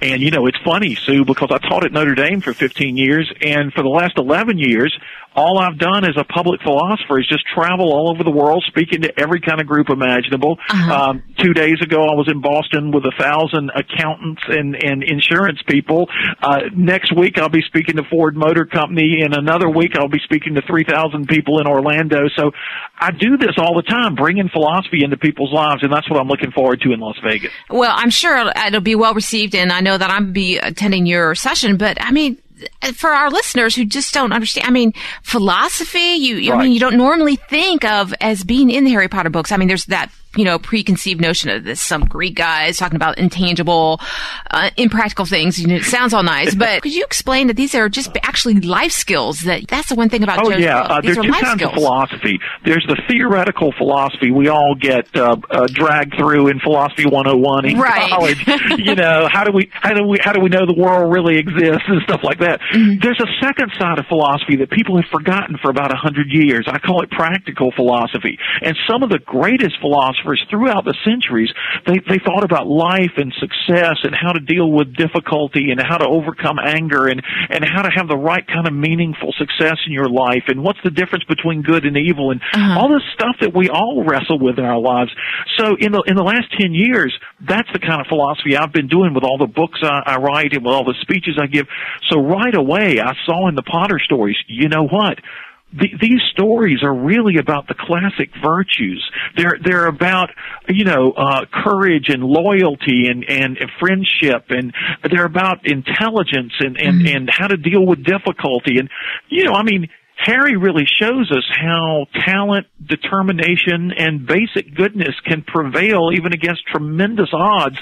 Speaker 13: And you know, it's funny, Sue, because I taught at Notre Dame for 15 years, and for the last 11 years, all I've done as a public philosopher is just travel all over the world, speaking to every kind of group imaginable. Um, two days ago, I was in Boston with a thousand accountants and and insurance people. Uh, next week, I'll be speaking to Ford Motor Company, and another week, I'll be speaking to 3,000 people in Orlando. So, I do this all the time, bringing philosophy into people's lives, and that's what I'm looking forward to in Las Vegas.
Speaker 6: Well, I'm sure it'll- it'll be well received, and I know that I'm be attending your session. But I mean, for our listeners who just don't understand, I mean, philosophy. You, you I mean, you don't normally think of as being in the Harry Potter books. I mean, there's that you know preconceived notion of this some Greek guy is talking about intangible, uh, impractical things. You know, it sounds all nice, but could you explain that these are just actually life skills? That that's the one thing about
Speaker 13: oh
Speaker 6: Joe's
Speaker 13: yeah,
Speaker 6: book.
Speaker 13: uh,
Speaker 6: these
Speaker 13: there's
Speaker 6: are
Speaker 13: two
Speaker 6: life
Speaker 13: kinds
Speaker 6: skills.
Speaker 13: of philosophy. There's the theoretical philosophy we all get uh, uh, dragged through in philosophy 101 in
Speaker 14: Right.
Speaker 13: college. you know, how do we how do we how do we know the world really exists and stuff like that.
Speaker 6: Mm-hmm.
Speaker 13: There's a second side of philosophy that people have forgotten for about a hundred years. I call it practical philosophy. And some of the greatest philosophers throughout the centuries, they they thought about life and success and how to deal with difficulty and how to overcome anger and and how to have the right kind of meaningful success in your life and what's the difference between good and evil and all this stuff that we all wrestle with in our lives. So in the in the last ten years, that's the kind of philosophy I've been doing with all the books I, I write and with all the speeches I give. So right away, I saw in the Potter stories, you know what? The, these stories are really about the classic virtues. They're they're about you know uh, courage and loyalty and and friendship and they're about intelligence and and and how to deal with difficulty and you know I mean Harry really shows us how talent, determination, and basic goodness can prevail even against tremendous odds.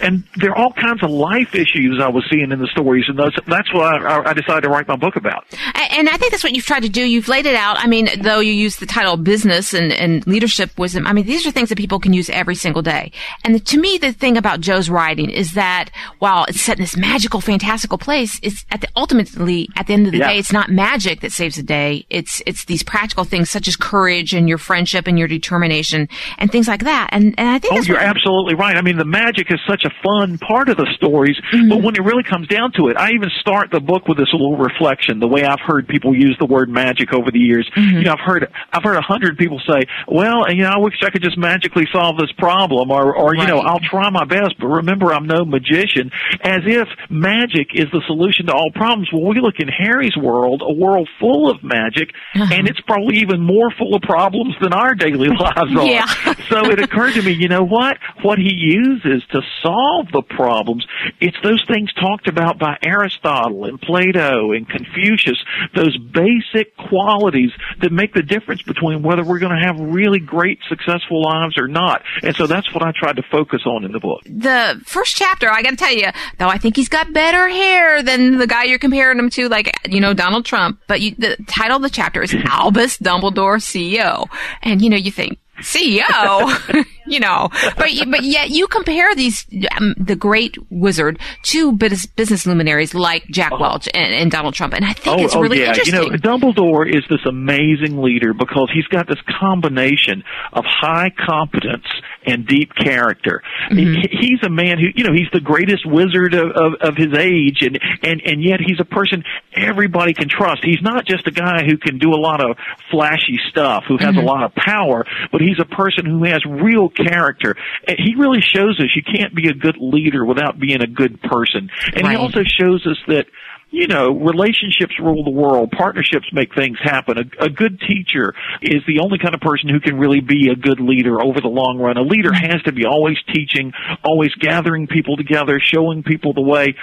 Speaker 13: And there are all kinds of life issues I was seeing in the stories, and those, that's what I, I- I decided to write my book about.
Speaker 6: A- And I think that's what you've tried to do. You've laid it out. I mean, though you use the title business and, and leadership wisdom, I mean, these are things that people can use every single day. And the, to me, the thing about Joe's writing is that while it's set in this magical, fantastical place, it's at the, ultimately, at the end of the
Speaker 15: Yeah.
Speaker 6: day, it's not magic that saves the day. It's, it's these practical things such as courage and your friendship and your determination and things like that. And, and I think
Speaker 13: Oh,
Speaker 6: that's
Speaker 13: you're
Speaker 6: what-
Speaker 13: absolutely right. I mean, the magic is such a fun part of the stories,
Speaker 6: Mm-hmm.
Speaker 13: but when it really comes down to it, I even start the book with this little reflection. The way I've heard people use the word magic over the years,
Speaker 6: Mm-hmm.
Speaker 13: you know, I've heard I've heard a hundred people say, "Well, you know, I wish I could just magically solve this problem," or, or you know, "I'll try my best," but remember, I'm no magician. As if magic is the solution to all problems. Well, we look in Harry's world, a world full of magic,
Speaker 6: Uh-huh.
Speaker 13: and it's probably even more full of problems than our daily lives are
Speaker 14: Yeah.
Speaker 13: so it occurred to me, you know what? What he uses to solve the problems, it's those things talked about by Aristotle and Plato and Confucius, those basic qualities that make the difference between whether we're going to have really great, successful lives or not. And so that's what I tried to focus on in the book.
Speaker 6: the first chapter, I gotta tell you, though I think he's got better hair than the guy you're comparing him to, like, you know, Donald Trump. But you, the title of the chapter is Albus Dumbledore CEO. E And, you know, you think, E
Speaker 12: CEO, you know, but you- but yet you compare these um, the great wizard to bus- business luminaries like Jack Welch and, and Donald Trump, and I think it's really
Speaker 13: Oh. yeah.
Speaker 12: interesting.
Speaker 13: You know, Dumbledore is this amazing leader because he's got this combination of high competence and deep character.
Speaker 12: Mm-hmm.
Speaker 13: He, he's a man who, you know, he's the greatest wizard of, of, of his age, and, and, and yet he's a person everybody can trust. He's not just a guy who can do a lot of flashy stuff, who has
Speaker 12: Mm-hmm.
Speaker 13: a lot of power, but he's a person who has real character. And he really shows us you can't be a good leader without being a good person. And he also shows us that you know, relationships rule the world. Partnerships make things happen. A, a good teacher is the only kind of person who can really be a good leader over the long run. A leader has to be always teaching, always gathering people together, showing people the way.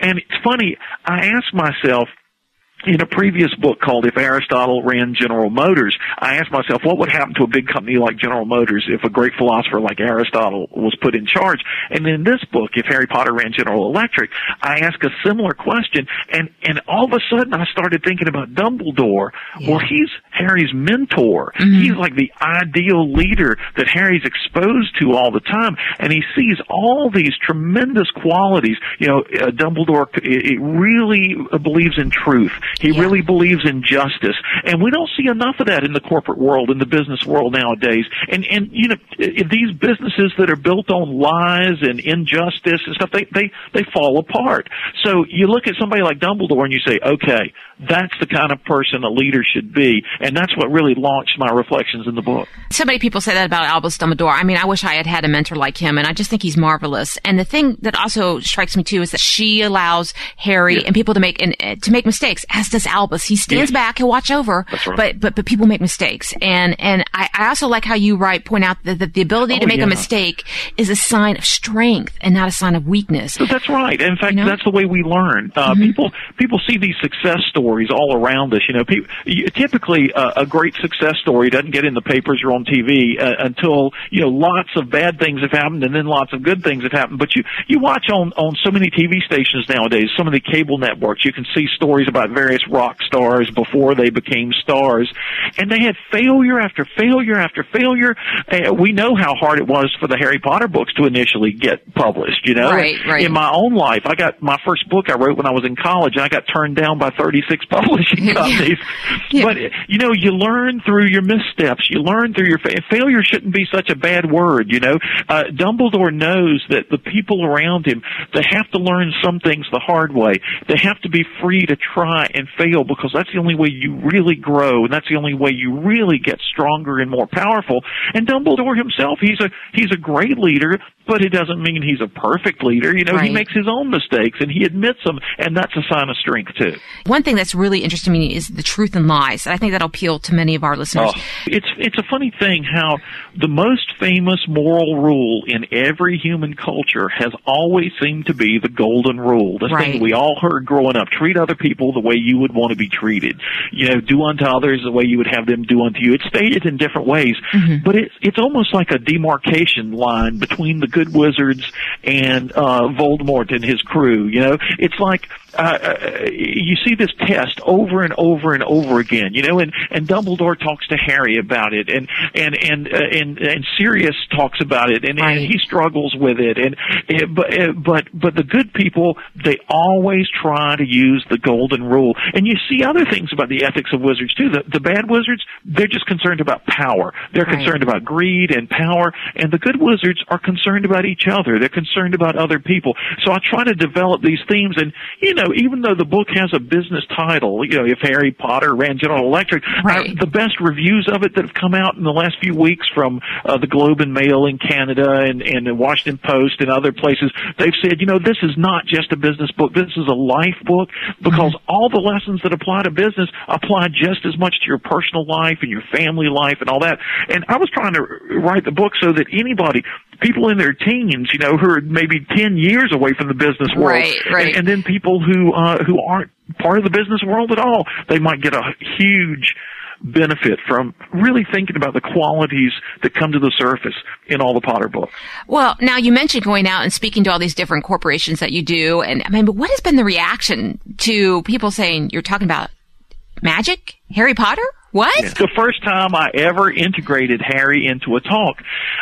Speaker 13: And it's funny, I ask myself, in a previous book called If Aristotle Ran General Motors, I asked myself what would happen to a big company like General Motors if a great philosopher like Aristotle was put in charge. And in this book, If Harry Potter Ran General Electric, I ask a similar question and, and all of a sudden I started thinking about Dumbledore. Well, he's Harry's mentor. He's like the ideal leader that Harry's exposed to all the time and he sees all these tremendous qualities. You know, uh, Dumbledore uh, it really uh, believes in truth. He really believes in justice, and we don't see enough of that in the corporate world, in the business world nowadays. And and you know, i- these businesses that are built on lies and injustice and stuff, they they they fall apart. So you look at somebody like Dumbledore and you say, okay, that's the kind of person a leader should be, and that's what really launched my reflections in the book.
Speaker 12: So many people say that about Albus Dumbledore. I mean, I wish I had had a mentor like him, and I just think he's marvelous. And the thing that also strikes me too is that she allows Harry and people to make and uh, to make mistakes, as does Albus. He stands back, he'll watch over,
Speaker 6: right.
Speaker 12: but but but people make mistakes. And and I, I also like how you right point out that, that the ability to
Speaker 6: Oh,
Speaker 12: make
Speaker 6: yeah.
Speaker 12: a mistake is a sign of strength and not a sign of weakness.
Speaker 13: So that's right. In fact, that's the way we learn. Uh, People people see these success stories all around us. You know, people, typically uh, a great success story doesn't get in the papers or on TV uh, until you know lots of bad things have happened and then lots of good things have happened. But you you watch on on so many TV stations nowadays, some of the cable networks, you can see stories about various rock stars before they became stars, and they had failure after failure after failure. Uh, we know how hard it was for the Harry Potter books to initially get published. You know,
Speaker 16: Right, right.
Speaker 13: in my own life, I got my first book I wrote when I was in college, and I got turned down by 36 publishing companies. But you know, you learn through your missteps. You learn through your fa- failure. Shouldn't be such a bad word. You know, uh, Dumbledore knows that the people around him they have to learn some things the hard way. They have to be free to try and fail because that's the only way you really grow, and that's the only way you really get stronger and more powerful. And Dumbledore himself, he's a he's a great leader, but it doesn't mean he's a perfect leader. You know,
Speaker 12: Right.
Speaker 13: he makes his own mistakes and he admits them, and that's a sign of strength too.
Speaker 12: One thing that's really interesting to me is the truth and lies. And I think that'll appeal to many of our listeners.
Speaker 13: Oh, it's it's a funny thing how the most famous moral rule in every human culture has always seemed to be the golden rule. The
Speaker 16: Right.
Speaker 13: thing we all heard growing up: treat other people the way you would want to be treated. You know, do unto others the way you would have them do unto you. It's stated in different ways, but it's it's almost like a demarcation line between the good wizards and uh, Voldemort and his crew. You know, it's like uh, you see this test over and over and over again, you know, and, and Dumbledore talks to Harry about it and, and, and, uh, and, and Sirius talks about it and, and he struggles with it. And, and, but, uh, but, but the good people, they always try to use the golden rule. And you see other things about the ethics of wizards too. The, the bad wizards, they're just concerned about power. They're
Speaker 16: Right.
Speaker 13: concerned about greed and power. And the good wizards are concerned about each other. They're concerned about other people. So I try to develop these themes. And, you know, even though the book has a business title, you know, if Harry Potter ran General Electric, I- the best reviews of it that have come out in the last few weeks from uh, the Globe and Mail in Canada and, and the Washington Post and other places, they've said, you know, this is not just a business book. This is a life book because
Speaker 16: Mm-hmm.
Speaker 13: all the lessons that apply to business apply just as much to your personal life and your family life and all that. And I was trying to write the book so that anybody, people in their teens, you know, who are maybe 10 years away from the business world.
Speaker 16: Right, right.
Speaker 13: And, and then people who, uh, who aren't part of the business world at all, they might get a huge benefit from really thinking about the qualities that come to the surface in all the Potter books.
Speaker 12: Well, now you mentioned going out and speaking to all these different corporations that you do, and I mean, but what has been the reaction to people saying you're talking about magic, Harry Potter?
Speaker 6: What?
Speaker 13: The first time I ever integrated Harry into a talk,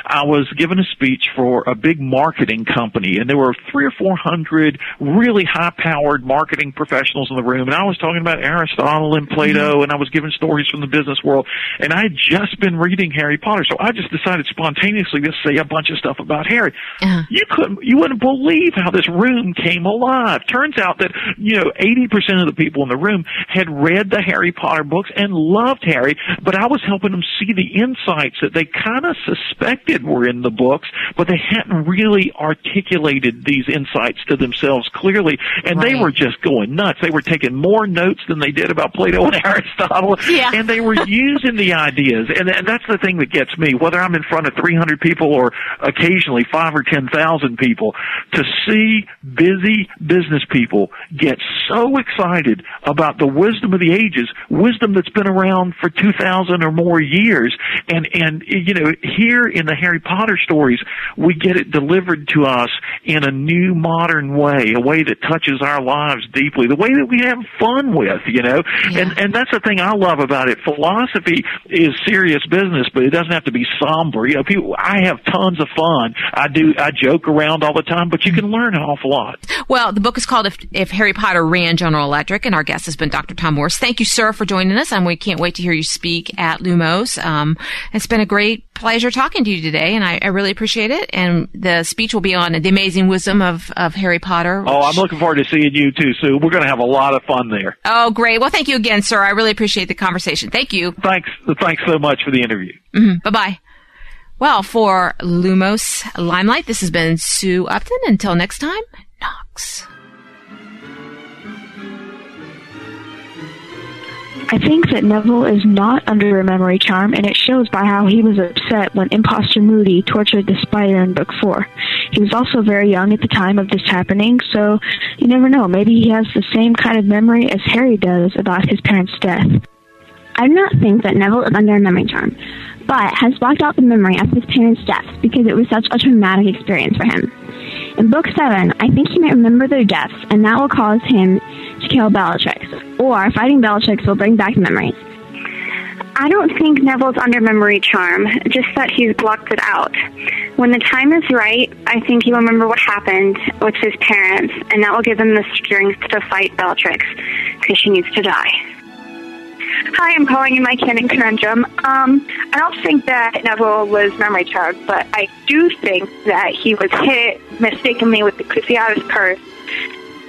Speaker 13: I was giving a speech for a big marketing company, and there were three or four hundred really high-powered marketing professionals in the room, and I was talking about Aristotle and Plato, and I was giving stories from the business world, and I had just been reading Harry Potter, so I just decided spontaneously to say a bunch of stuff about Harry. You couldn't, you wouldn't believe how this room came alive. Turns out that you know eighty percent of the people in the room had read the Harry Potter books and loved Harry, but I was helping them see the insights that they kind of suspected were in the books, but they hadn't really articulated these insights to themselves clearly, and they were just going nuts. They were taking more notes than they did about Plato and Aristotle, and they were using the ideas. And, and that's the thing that gets me, whether I'm in front of 300 people or occasionally five or 10,000 people, to see busy business people get so excited about the wisdom of the ages, wisdom that's been around for 2,000 or more years. And, and, you know, here in the Harry Potter stories, we get it delivered to us in a new modern way, a way that touches our lives deeply, the way that we have fun with, you know? And, and that's the thing I love about it. Philosophy is serious business, but it doesn't have to be somber. You know, people, I have tons of fun. I do, I joke around all the time, but you can learn an awful lot.
Speaker 6: Well, the book is called if, if Harry Potter Ran General Electric, and our guest has been Dr. Tom Morse. Thank you, sir, for joining us, and we can't wait to hear you speak at Lumos. Um, it's been a great pleasure talking to you today, and I, I really appreciate it. And the speech will be on the amazing wisdom of, of Harry Potter.
Speaker 13: Oh, I'm looking forward to seeing you too, Sue. We're going to have a lot of fun there.
Speaker 6: Oh, great. Well, thank you again, sir. I really appreciate the conversation. Thank you.
Speaker 13: Thanks, thanks so much for the interview.
Speaker 6: hmm Bye bye. Well, for Lumos Limelight, this has been Sue Upton. Until next time, Knox.
Speaker 16: I think that Neville is not under a memory charm, and it shows by how he was upset when Imposter Moody tortured the spider in Book 4. He was also very young at the time of this happening, so you never know. Maybe he has the same kind of memory as Harry does about his parents' death.
Speaker 17: I do not think that Neville is under a memory charm, but has blocked out the memory of his parents' deaths because it was such a traumatic experience for him. In Book 7, I think he might remember their deaths, and that will cause him to kill Bellatrix, or fighting Bellatrix will bring back memories.
Speaker 18: I don't think Neville's under memory charm, just that he's blocked it out. When the time is right, I think he'll remember what happened with his parents, and that will give him the strength to fight Bellatrix, because she needs to die. Hi, I'm calling in my canon conundrum. Um, I don't think that Neville was memory charmed, but I do think that he was hit mistakenly with the Cruciatus curse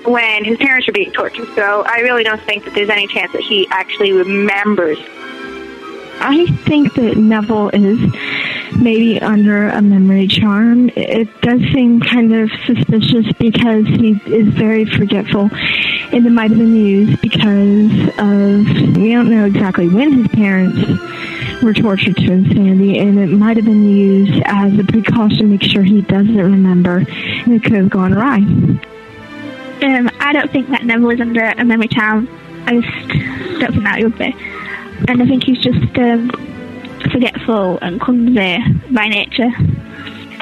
Speaker 18: when his parents were being tortured. So I really don't think that there's any chance that he actually remembers.
Speaker 16: I think that Neville is maybe under a memory charm. It does seem kind of suspicious because he is very forgetful, and it might have been used because of we don't know exactly when his parents were tortured to insanity, and it might have been used as a precaution to make sure he doesn't remember, and it could have gone awry.
Speaker 18: Um, I don't think that Neville is under a memory charm. I just don't think that he would be. And I think he's just um, forgetful and clumsy by nature.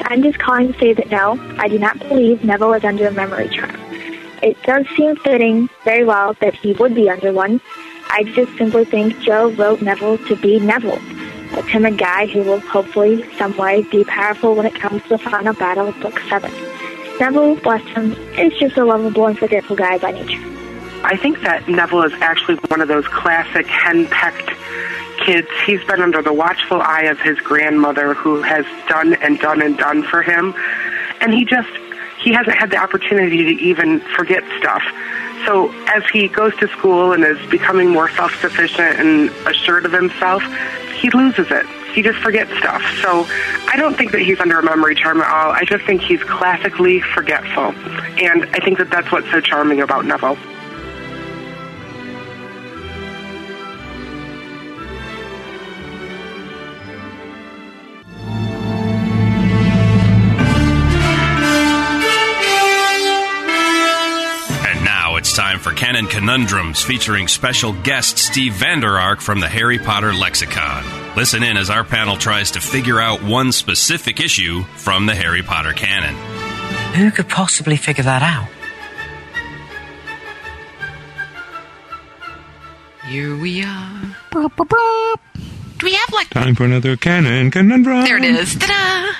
Speaker 19: I'm just calling to say that no, I do not believe Neville is under a memory charm. It does seem fitting very well that he would be under one. I just simply think Joe wrote Neville to be Neville. That's him a guy who will hopefully, some way, be powerful when it comes to the final battle of Book 7. Neville, bless him, is just a lovable and forgetful guy by nature.
Speaker 14: I think that Neville is actually one of those classic henpecked kids. He's been under the watchful eye of his grandmother, who has done and done and done for him, and he just he hasn't had the opportunity to even forget stuff. So as he goes to school and is becoming more self-sufficient and assured of himself, he loses it. He just forgets stuff. So I don't think that he's under a memory charm at all. I just think he's classically forgetful. And I think that that's what's so charming about Neville.
Speaker 5: And now it's time for Canon Conundrums featuring special guest Steve Vander Ark from the Harry Potter Lexicon. Listen in as our panel tries to figure out one specific issue from the Harry Potter canon.
Speaker 20: Who could possibly figure that out?
Speaker 12: Here we are. Do we have like?
Speaker 21: Time for another canon conundrum.
Speaker 12: There it is. Ta-da!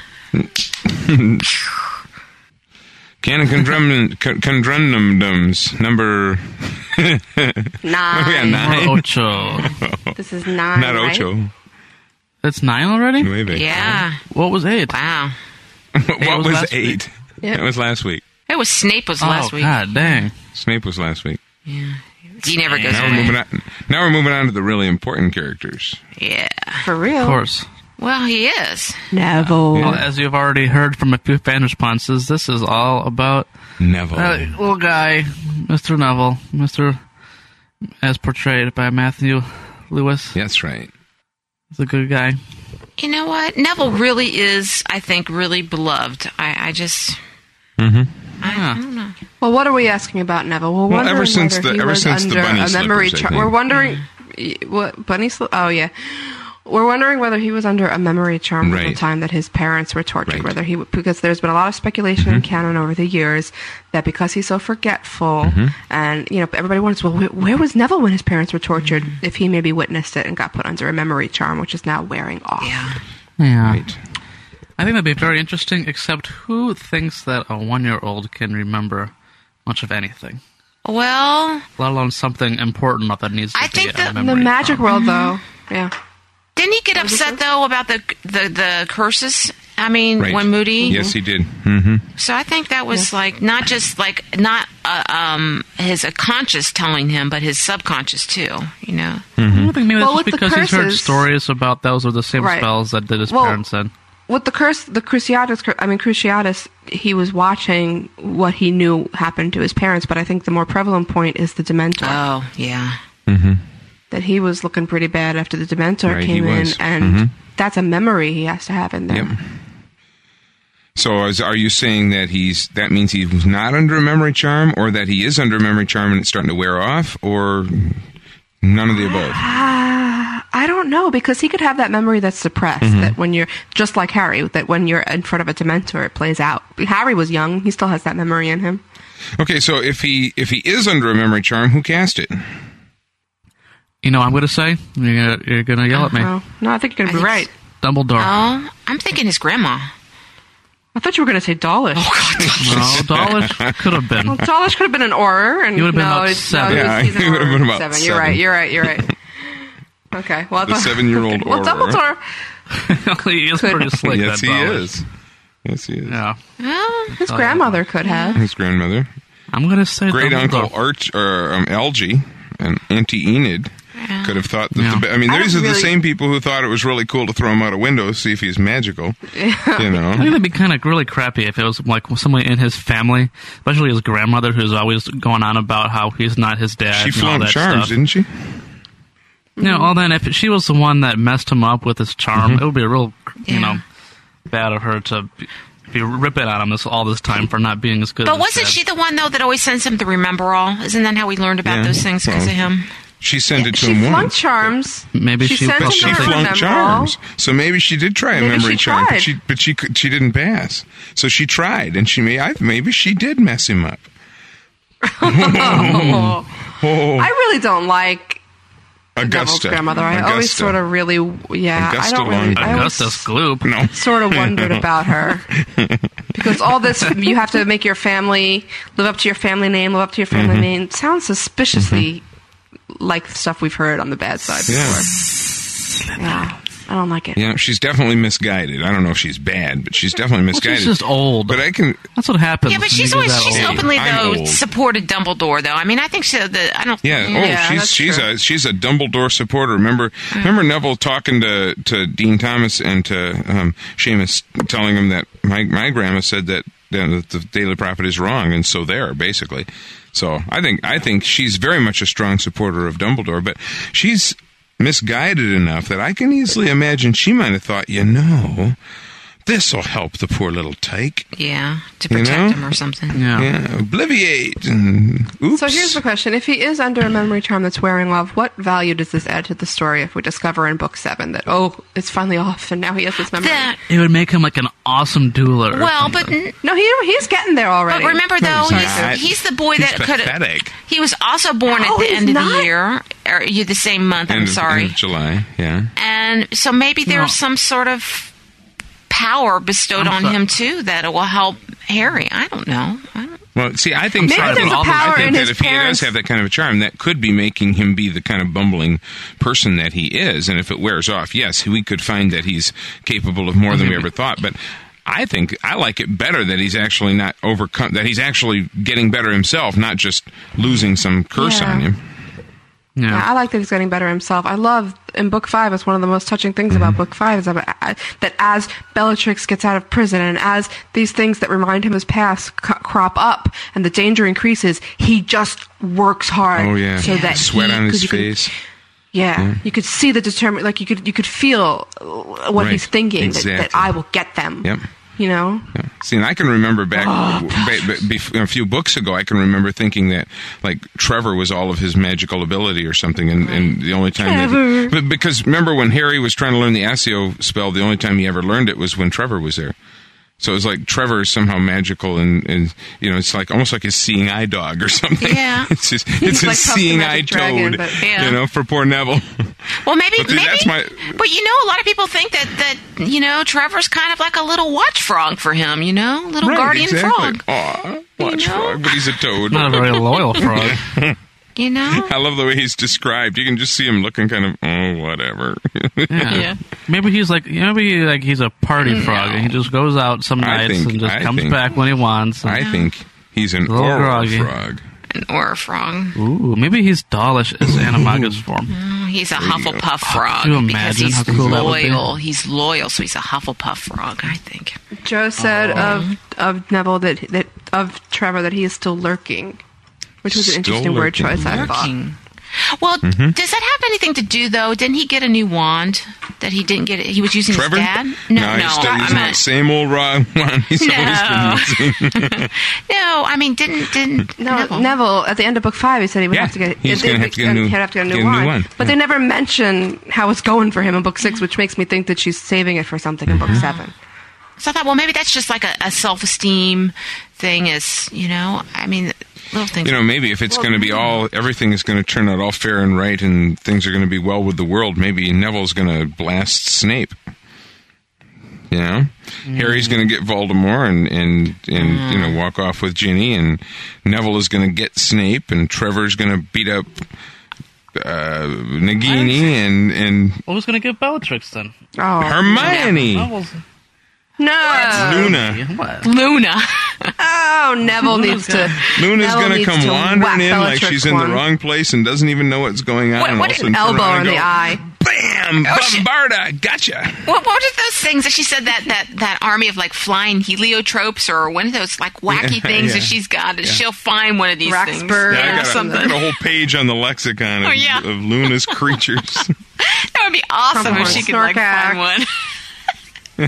Speaker 21: canon conundrum con- conundrums number. nine. Yeah,
Speaker 4: Nine.
Speaker 21: nine.
Speaker 4: Number
Speaker 21: ocho.
Speaker 4: This is nine.
Speaker 21: Not
Speaker 4: right?
Speaker 21: ocho.
Speaker 7: That's nine already?
Speaker 21: Nueve.
Speaker 6: Yeah.
Speaker 7: What was eight?
Speaker 6: Wow.
Speaker 21: what
Speaker 7: was
Speaker 21: was,
Speaker 7: last week.
Speaker 21: eight?
Speaker 6: Yep.
Speaker 21: That was last week.
Speaker 6: It was Snape was
Speaker 21: Oh,
Speaker 6: last week.
Speaker 7: Oh, dang.
Speaker 21: Snape was last week.
Speaker 6: He never goes
Speaker 21: now we're
Speaker 6: away.
Speaker 21: moving on. Now we're moving on to the really important characters.
Speaker 6: Yeah.
Speaker 4: For real?
Speaker 7: Of course.
Speaker 6: Well, he is.
Speaker 4: Neville.
Speaker 7: Well, as you've already heard from a few fan responses, this is all about
Speaker 21: Neville.
Speaker 7: Uh, little guy, Mr. Neville, Mr. as portrayed by Matthew Lewis.
Speaker 21: That's right.
Speaker 7: He's a good guy.
Speaker 6: You know what? Neville really is, I think, really beloved. I, I just,
Speaker 21: Mm-hmm.
Speaker 6: I, I don't know.
Speaker 4: Well, what are we asking about Neville? We're
Speaker 21: Well,
Speaker 4: wondering
Speaker 21: ever since
Speaker 4: whether
Speaker 21: the-
Speaker 4: he
Speaker 21: ever
Speaker 4: was
Speaker 21: since the
Speaker 4: under
Speaker 21: bunny
Speaker 4: a memory
Speaker 21: slippers, I
Speaker 4: charge.
Speaker 21: think.
Speaker 4: We're wondering y- what bunny slip. Oh yeah, we're wondering whether he was under a memory charm at the
Speaker 21: Right.
Speaker 4: time that his parents were tortured. Whether he would- because there's been a lot of speculation
Speaker 21: Mm-hmm.
Speaker 4: in canon over the years that because he's so forgetful
Speaker 21: Mm-hmm.
Speaker 22: Mhm.
Speaker 4: and you know everybody wonders well wh- where was Neville when his parents were tortured
Speaker 21: Mm-hmm.
Speaker 4: if he maybe witnessed it and got put under a memory charm which is now wearing off. Yeah.
Speaker 7: Yeah. I think that'd be very interesting, except who thinks that a one year old can remember much of anything?
Speaker 6: Well,
Speaker 7: Let alone something important that needs to
Speaker 6: I
Speaker 7: be
Speaker 6: think
Speaker 7: a
Speaker 6: the-
Speaker 4: The
Speaker 7: memory.
Speaker 4: magic world though. Yeah.
Speaker 6: Didn't he get upset though about the the, the curses? I mean,
Speaker 21: Right.
Speaker 6: when Moody.
Speaker 21: Yes, he did. Mm-hmm.
Speaker 6: So I think that was like not just like not uh, um his uh, conscious telling him, but his subconscious too. You know.
Speaker 21: Mm-hmm.
Speaker 7: I don't think maybe
Speaker 4: Well,
Speaker 7: that's
Speaker 4: with
Speaker 7: just
Speaker 4: the
Speaker 7: because he's heard
Speaker 4: curses-
Speaker 7: stories about those are the same
Speaker 4: Right.
Speaker 7: spells that did his
Speaker 4: Well,
Speaker 7: parents said.
Speaker 4: with the curse, the Cruciatus, cur- I mean Cruciatus, he was watching what he knew happened to his parents. But I think the more prevalent point is the Dementor.
Speaker 6: Oh yeah,
Speaker 21: Mm-hmm.
Speaker 4: that he was looking pretty bad after the Dementor
Speaker 21: Right, he
Speaker 4: came in,
Speaker 21: was.
Speaker 4: and
Speaker 21: Mhm.
Speaker 4: that's a memory he has to have in there.
Speaker 21: So, is, are you saying that he's that means he's not under a memory charm, or that he is under a memory charm and it's starting to wear off, or none of the above?
Speaker 4: Ah, I don't know because he could have that memory that's suppressed.
Speaker 21: Mhm.
Speaker 4: That when you're just like Harry, that when you're in front of a Dementor, it plays out. Harry was young; he still has that memory in him.
Speaker 21: Okay, so if he if he is under a memory charm, who cast it?
Speaker 7: You know, what I'm going to say you're gonna, you're gonna yell at me.
Speaker 4: Oh, no, I think you're gonna be right.
Speaker 7: Dumbledore.
Speaker 6: Oh, I'm thinking his grandma.
Speaker 4: I thought you were gonna say Dawlish.
Speaker 7: No, Dawlish could have been.
Speaker 4: Well, Dawlish could have been an auror, and
Speaker 7: He would've been
Speaker 4: no,
Speaker 7: about
Speaker 4: it's-
Speaker 7: seven.
Speaker 4: no,
Speaker 7: Yeah,
Speaker 4: he's, he's
Speaker 7: he
Speaker 4: an
Speaker 7: would've
Speaker 4: auror
Speaker 7: been
Speaker 4: at
Speaker 7: about
Speaker 4: seven.
Speaker 7: seven.
Speaker 4: You're right. You're right. You're right. Okay. Well,
Speaker 21: The seven-year-old
Speaker 4: Well,
Speaker 21: auror.
Speaker 4: Dumbledore.
Speaker 7: he is pretty slick.
Speaker 21: yes,
Speaker 7: that
Speaker 21: he
Speaker 7: Dawlish.
Speaker 21: is. Yes, he is.
Speaker 7: Yeah.
Speaker 6: Well,
Speaker 4: his grandmother could have.
Speaker 21: His grandmother.
Speaker 7: I'm going to say
Speaker 21: great
Speaker 7: Dumbledore.
Speaker 21: uncle Arch or um, Algy and Auntie Enid could have thought that. The, I mean,
Speaker 4: I
Speaker 21: these are
Speaker 4: don't
Speaker 21: the
Speaker 4: really-
Speaker 21: same people who thought it was really cool to throw him out a window, see if he's magical. You
Speaker 7: I think
Speaker 21: know.
Speaker 7: that'd be kind of really crappy if it was like someone in his family, especially his grandmother, who's always going on about how he's not his dad.
Speaker 21: She
Speaker 7: and all
Speaker 21: flunked
Speaker 7: that
Speaker 21: charms,
Speaker 7: stuff.
Speaker 21: didn't she?
Speaker 7: Yeah,
Speaker 6: Mm-hmm.
Speaker 7: well, then if she was the one that messed him up with his charm,
Speaker 21: Mm-hmm.
Speaker 7: it would be a real, you know, bad of her to be, be ripping on him this all this time for not being as good.
Speaker 6: But
Speaker 7: as
Speaker 6: wasn't
Speaker 7: his
Speaker 6: she the one though that always sends him the remember all? Isn't that how we learned about
Speaker 21: Yeah,
Speaker 6: those things because
Speaker 21: well,
Speaker 6: of him?
Speaker 21: She sent it to
Speaker 4: She
Speaker 21: him
Speaker 4: flunked
Speaker 21: once.
Speaker 4: charms.
Speaker 7: Maybe
Speaker 4: she, sent
Speaker 21: but
Speaker 4: him
Speaker 21: she
Speaker 4: the
Speaker 21: flunked
Speaker 4: remember
Speaker 21: charms. So maybe she did try a
Speaker 4: Maybe
Speaker 21: memory
Speaker 4: she
Speaker 21: charm, but
Speaker 4: tried.
Speaker 21: she but she could- she didn't pass. So she tried, and she may I, maybe she did mess him up.
Speaker 4: all.
Speaker 21: Oh,
Speaker 4: I really don't like Neville's
Speaker 21: Augusta,
Speaker 4: grandmother. I always
Speaker 21: Augusta.
Speaker 4: sort of really, yeah,
Speaker 21: Augusta
Speaker 4: I don't really.
Speaker 21: Long-
Speaker 4: I always
Speaker 7: Gloop.
Speaker 21: No.
Speaker 4: sort of wondered about her because all this you have to make your family live up to your family name, live up to your family
Speaker 21: Mhm.
Speaker 4: name sounds suspiciously like stuff we've heard on the bad side
Speaker 21: Mm-hmm. Yeah.
Speaker 4: before. Yeah, I don't like it.
Speaker 21: Yeah, she's definitely misguided. I don't know if she's bad, but she's definitely
Speaker 7: she's
Speaker 21: misguided.
Speaker 7: just old.
Speaker 21: But I can.
Speaker 7: That's what happens.
Speaker 6: Yeah, but she's always she's openly
Speaker 21: I'm
Speaker 6: though
Speaker 21: old.
Speaker 6: supported Dumbledore though. I mean, I think she the I don't.
Speaker 21: Yeah. Oh, she's she's a she's a Dumbledore supporter. Remember,
Speaker 6: Mm.
Speaker 21: remember Neville talking to, to Dean Thomas and to um, Seamus, telling him that my my grandma said that, that the Daily Prophet is wrong, and so there basically. So I think I think she's very much a strong supporter of Dumbledore, but she's misguided enough that I can easily imagine she might have thought, you know, this will help the poor little tyke.
Speaker 6: yeah to
Speaker 21: You
Speaker 6: protect
Speaker 21: know?
Speaker 6: him or something.
Speaker 21: Yeah, obliviate. And, oops.
Speaker 4: So here's the question: If he is under a memory charm that's wearing off, what value does this add to the story? If we discover in book seven that oh, it's finally off and now he has this memory.
Speaker 7: It would make him like an awesome dueler. or
Speaker 6: Well,
Speaker 7: something.
Speaker 6: but n-
Speaker 4: no, he he's getting there already.
Speaker 6: But remember
Speaker 7: No,
Speaker 6: though,
Speaker 7: he's
Speaker 6: he's,
Speaker 7: not.
Speaker 6: he's the boy
Speaker 7: He's
Speaker 6: that could.
Speaker 7: pathetic.
Speaker 6: He was also born
Speaker 4: No,
Speaker 6: at the
Speaker 4: he's
Speaker 6: end of
Speaker 4: not.
Speaker 6: the year. Are you the same month?
Speaker 21: End
Speaker 6: I'm
Speaker 21: of-
Speaker 6: sorry.
Speaker 21: end of July, yeah.
Speaker 6: And so maybe there's some sort of power bestowed
Speaker 21: I'm
Speaker 6: on
Speaker 21: so-
Speaker 6: him too that will help Harry. I don't know.
Speaker 21: Well, see, I think
Speaker 6: Maybe
Speaker 21: I
Speaker 6: there's
Speaker 21: think,
Speaker 6: a power
Speaker 21: I think
Speaker 6: in
Speaker 21: that
Speaker 6: his
Speaker 21: if he does have that kind of a charm, that could be making him be the kind of bumbling person that he is. And if it wears off, yes, we could find that he's capable of more than we
Speaker 6: Mm-hmm.
Speaker 21: ever thought. But I think I like it better that he's actually not overcome, that he's actually getting better himself, not just losing some curse
Speaker 4: Yeah.
Speaker 21: on him.
Speaker 4: Yeah. I like that he's getting better himself. I love in book five. It's one of the most touching things about
Speaker 21: Mm-hmm.
Speaker 4: book five is that, that as Bellatrix gets out of prison and as these things that remind him of his past co- crop up and the danger increases, he just works hard.
Speaker 21: Oh yeah,
Speaker 4: so that
Speaker 21: sweat
Speaker 4: he-
Speaker 21: on
Speaker 4: 'cause
Speaker 21: his
Speaker 4: you can-
Speaker 21: face.
Speaker 4: yeah,
Speaker 21: Yeah.
Speaker 4: you could see the determined. Like you could you could feel uh, what
Speaker 21: Right.
Speaker 4: he's thinking that, that
Speaker 21: Exactly.
Speaker 4: I will get them.
Speaker 21: Yep.
Speaker 4: You know.
Speaker 21: See, and I can remember back
Speaker 6: Ah,
Speaker 21: ba- ba- bef- a few books ago. I can remember thinking that like Trevor was all of his magical ability or something, and, and the only time
Speaker 23: Trevor.
Speaker 21: that but because remember when Harry was trying to learn the Asio spell, the only time he ever learned it was when Trevor was there. So it was like Trevor is somehow magical, and, and you know it's like almost like his seeing eye dog or something.
Speaker 6: Yeah.
Speaker 21: it's just it's
Speaker 6: He's
Speaker 21: his
Speaker 6: like Puff the
Speaker 21: seeing eye
Speaker 6: Magic Dragon,
Speaker 21: toad,
Speaker 6: but- Yeah.
Speaker 21: you know, for poor Neville.
Speaker 6: Well, maybe,
Speaker 21: But see,
Speaker 6: maybe.
Speaker 21: that's my-
Speaker 6: but you know, a lot of people think that that you know Trevor's kind of like a little watch frog for him. You know, little
Speaker 21: Right,
Speaker 6: guardian
Speaker 21: exactly.
Speaker 6: frog.
Speaker 21: Aw, watch frog, but he's a toad.
Speaker 7: Not a very loyal frog.
Speaker 6: You know.
Speaker 21: I love the way he's described. You can just see him looking kind of, oh, whatever.
Speaker 7: Yeah. Maybe he's like maybe like he's a party frog and he just goes out some
Speaker 21: I
Speaker 7: nights
Speaker 21: think-
Speaker 7: and just
Speaker 21: I
Speaker 7: comes
Speaker 21: think-
Speaker 7: back when he wants. and-
Speaker 21: I think he's an
Speaker 7: Little
Speaker 21: oral
Speaker 7: groggy.
Speaker 21: frog.
Speaker 6: An aura frog.
Speaker 7: Ooh, maybe he's dollish as Animaga's form.
Speaker 6: Mm, He's a
Speaker 7: There you go.
Speaker 6: Hufflepuff
Speaker 7: Oh,
Speaker 6: frog
Speaker 7: could you
Speaker 6: because
Speaker 7: imagine
Speaker 6: he's
Speaker 7: how cool that would be?
Speaker 6: loyal. He's loyal, so he's a Hufflepuff frog. I think.
Speaker 4: Joe said of of Neville that that of Trevor that he is still lurking, which was an
Speaker 6: Still
Speaker 4: interesting word
Speaker 6: lurking.
Speaker 4: choice. I thought.
Speaker 6: Lurking.
Speaker 7: Mm-hmm.
Speaker 6: Well,
Speaker 4: Mhm.
Speaker 6: does that have anything to do though? Didn't he get a new wand that he didn't get? He was using
Speaker 21: Trevor?
Speaker 6: his dad. No,
Speaker 21: no,
Speaker 6: no,
Speaker 21: he's still
Speaker 6: I
Speaker 21: using
Speaker 6: meant-
Speaker 21: that same old rod one he's
Speaker 6: No.
Speaker 21: always been using.
Speaker 6: no. I mean, didn't didn't
Speaker 4: No, Neville. at the end of book five, he said he would have to get.
Speaker 21: he's
Speaker 4: they-
Speaker 21: gonna have to get a new-
Speaker 4: he'd have to get a new,
Speaker 21: get a new
Speaker 4: wand.
Speaker 21: one. Mm-hmm.
Speaker 4: But they never mention how it's going for him in book six, which makes me think that she's saving it for something in book seven.
Speaker 6: So I thought, well, maybe that's just like a, a self esteem thing. Is you know, I mean, little things.
Speaker 21: you know, maybe if it's going to be all, everything is going to turn out all fair and right and things are going to be well with the world, maybe Neville's going to blast Snape. You know?
Speaker 6: Mm.
Speaker 21: Harry's going to get Voldemort and, and, and you know, walk off with Ginny, and Neville is going to get Snape, and Trevor's going to beat up uh, Nagini, and, and
Speaker 7: Who's gonna get Bellatrix then?
Speaker 4: Oh,
Speaker 21: Hermione.
Speaker 6: Um,
Speaker 4: No,
Speaker 21: Luna.
Speaker 6: Luna.
Speaker 4: oh, Neville needs to.
Speaker 21: Luna's
Speaker 4: Neville
Speaker 21: going to
Speaker 4: needs
Speaker 21: come
Speaker 4: to whack
Speaker 21: wandering in like
Speaker 4: Bellatrix
Speaker 21: she's in
Speaker 4: one.
Speaker 21: the wrong place and doesn't even know what's going on.
Speaker 6: What,
Speaker 21: and all
Speaker 6: what
Speaker 21: of a
Speaker 6: an
Speaker 21: sudden turn
Speaker 6: elbow
Speaker 21: around and
Speaker 6: in the
Speaker 21: go,
Speaker 6: eye.
Speaker 21: Bam! Bombarda! Gotcha!
Speaker 6: What, what were those things that she said that, that, that army of like flying heliotropes or one of those like wacky
Speaker 21: Yeah,
Speaker 6: things that
Speaker 21: yeah.
Speaker 6: she's got? that
Speaker 21: Yeah.
Speaker 6: She'll find one of these things
Speaker 21: Yeah, I
Speaker 6: or
Speaker 21: got a- I got a
Speaker 6: something.
Speaker 21: whole page on the lexicon of,
Speaker 6: Oh, yeah.
Speaker 21: of Luna's creatures.
Speaker 6: That would be awesome if she could like find one.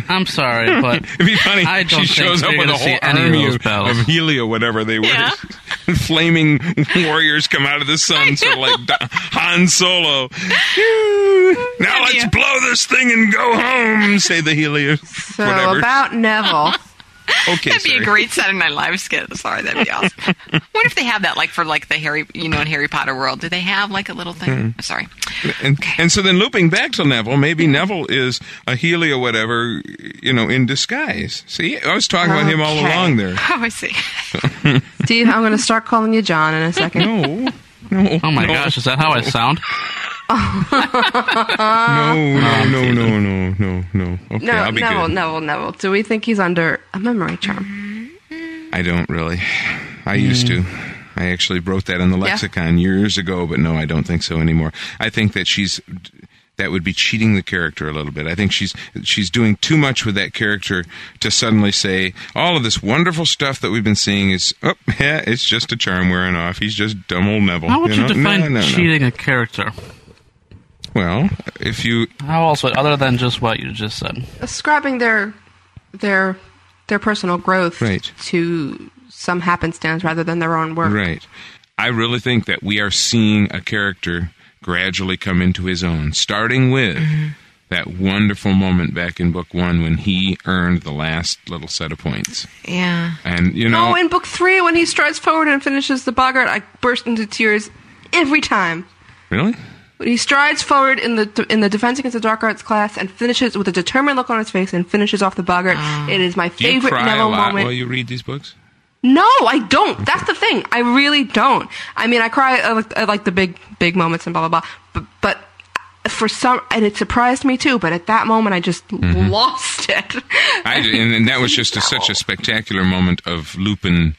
Speaker 7: I'm sorry, but
Speaker 21: It'd be funny.
Speaker 7: I don't
Speaker 21: she
Speaker 7: think
Speaker 21: shows up
Speaker 7: we're
Speaker 21: with a
Speaker 7: gonna see
Speaker 21: whole
Speaker 7: any of
Speaker 21: army
Speaker 7: those
Speaker 21: of,
Speaker 7: bells.
Speaker 21: of Helio, whatever they were.
Speaker 6: Yeah.
Speaker 21: Flaming warriors come out of the sun, sort of like Da- Han Solo. Now let's blow this thing and go home, say the Helio.
Speaker 4: So
Speaker 21: whatever.
Speaker 4: about Neville.
Speaker 21: okay,
Speaker 6: that'd be
Speaker 21: sorry.
Speaker 6: a great Saturday Night Live skit. Sorry, that'd be awesome. I wonder if they have that like for like the Harry, you know, in Harry Potter world. Do they have like a little thing?
Speaker 21: Mm.
Speaker 6: Sorry.
Speaker 21: And, and so then looping back to Neville, maybe Neville is a Helio, whatever, you know, in disguise. See, I was talking about him all
Speaker 4: Okay.
Speaker 21: along there.
Speaker 6: Oh, I see.
Speaker 4: Steve, I'm going to start calling you John in a second.
Speaker 21: No. No.
Speaker 7: Oh my gosh, is that how I sound?
Speaker 21: no,
Speaker 7: Uh,
Speaker 21: no, no, no, no, no, no. Okay,
Speaker 4: no,
Speaker 21: I'll be
Speaker 4: Neville,
Speaker 21: good.
Speaker 4: Neville, Neville. Do we think he's under a memory charm?
Speaker 21: I don't really. I used to.
Speaker 7: Hmm.
Speaker 21: I actually wrote that in the
Speaker 4: Yeah.
Speaker 21: lexicon years ago, but no, I don't think so anymore. I think that she's that would be cheating the character a little bit. I think she's she's doing too much with that character to suddenly say all of this wonderful stuff that we've been seeing is oh, yeah, it's just a charm wearing off. He's just dumb old Neville.
Speaker 7: How would you
Speaker 21: know? No,
Speaker 7: define
Speaker 21: no, no.
Speaker 7: cheating a character?
Speaker 21: Well, if you
Speaker 7: how else would other than just what you just said?
Speaker 4: Ascribing their their their personal growth
Speaker 21: Right.
Speaker 4: to some happenstance rather than their own work.
Speaker 21: Right. I really think that we are seeing a character gradually come into his own, starting with
Speaker 4: Mm-hmm.
Speaker 21: that wonderful moment back in book one when he earned the last little set of points.
Speaker 6: Yeah.
Speaker 21: And, you know,
Speaker 4: oh, in book three, when he strides forward and finishes the boggart, I burst into tears every time.
Speaker 21: really?
Speaker 4: But he strides forward in the in the Defense Against the Dark Arts class and finishes with a determined look on his face and finishes off the boggart. it is my
Speaker 21: Do you
Speaker 4: favorite
Speaker 21: cry a
Speaker 4: Neville
Speaker 21: lot
Speaker 4: moment.
Speaker 21: while you read these books?
Speaker 4: No, I don't. That's the thing. I really don't. I mean, I cry at like, at like the big, big moments and blah blah blah. But, but for some, and it surprised me too. But at that moment, I just
Speaker 21: Mhm.
Speaker 4: lost it.
Speaker 21: I did, and, and that was just a, such a spectacular moment of Lupin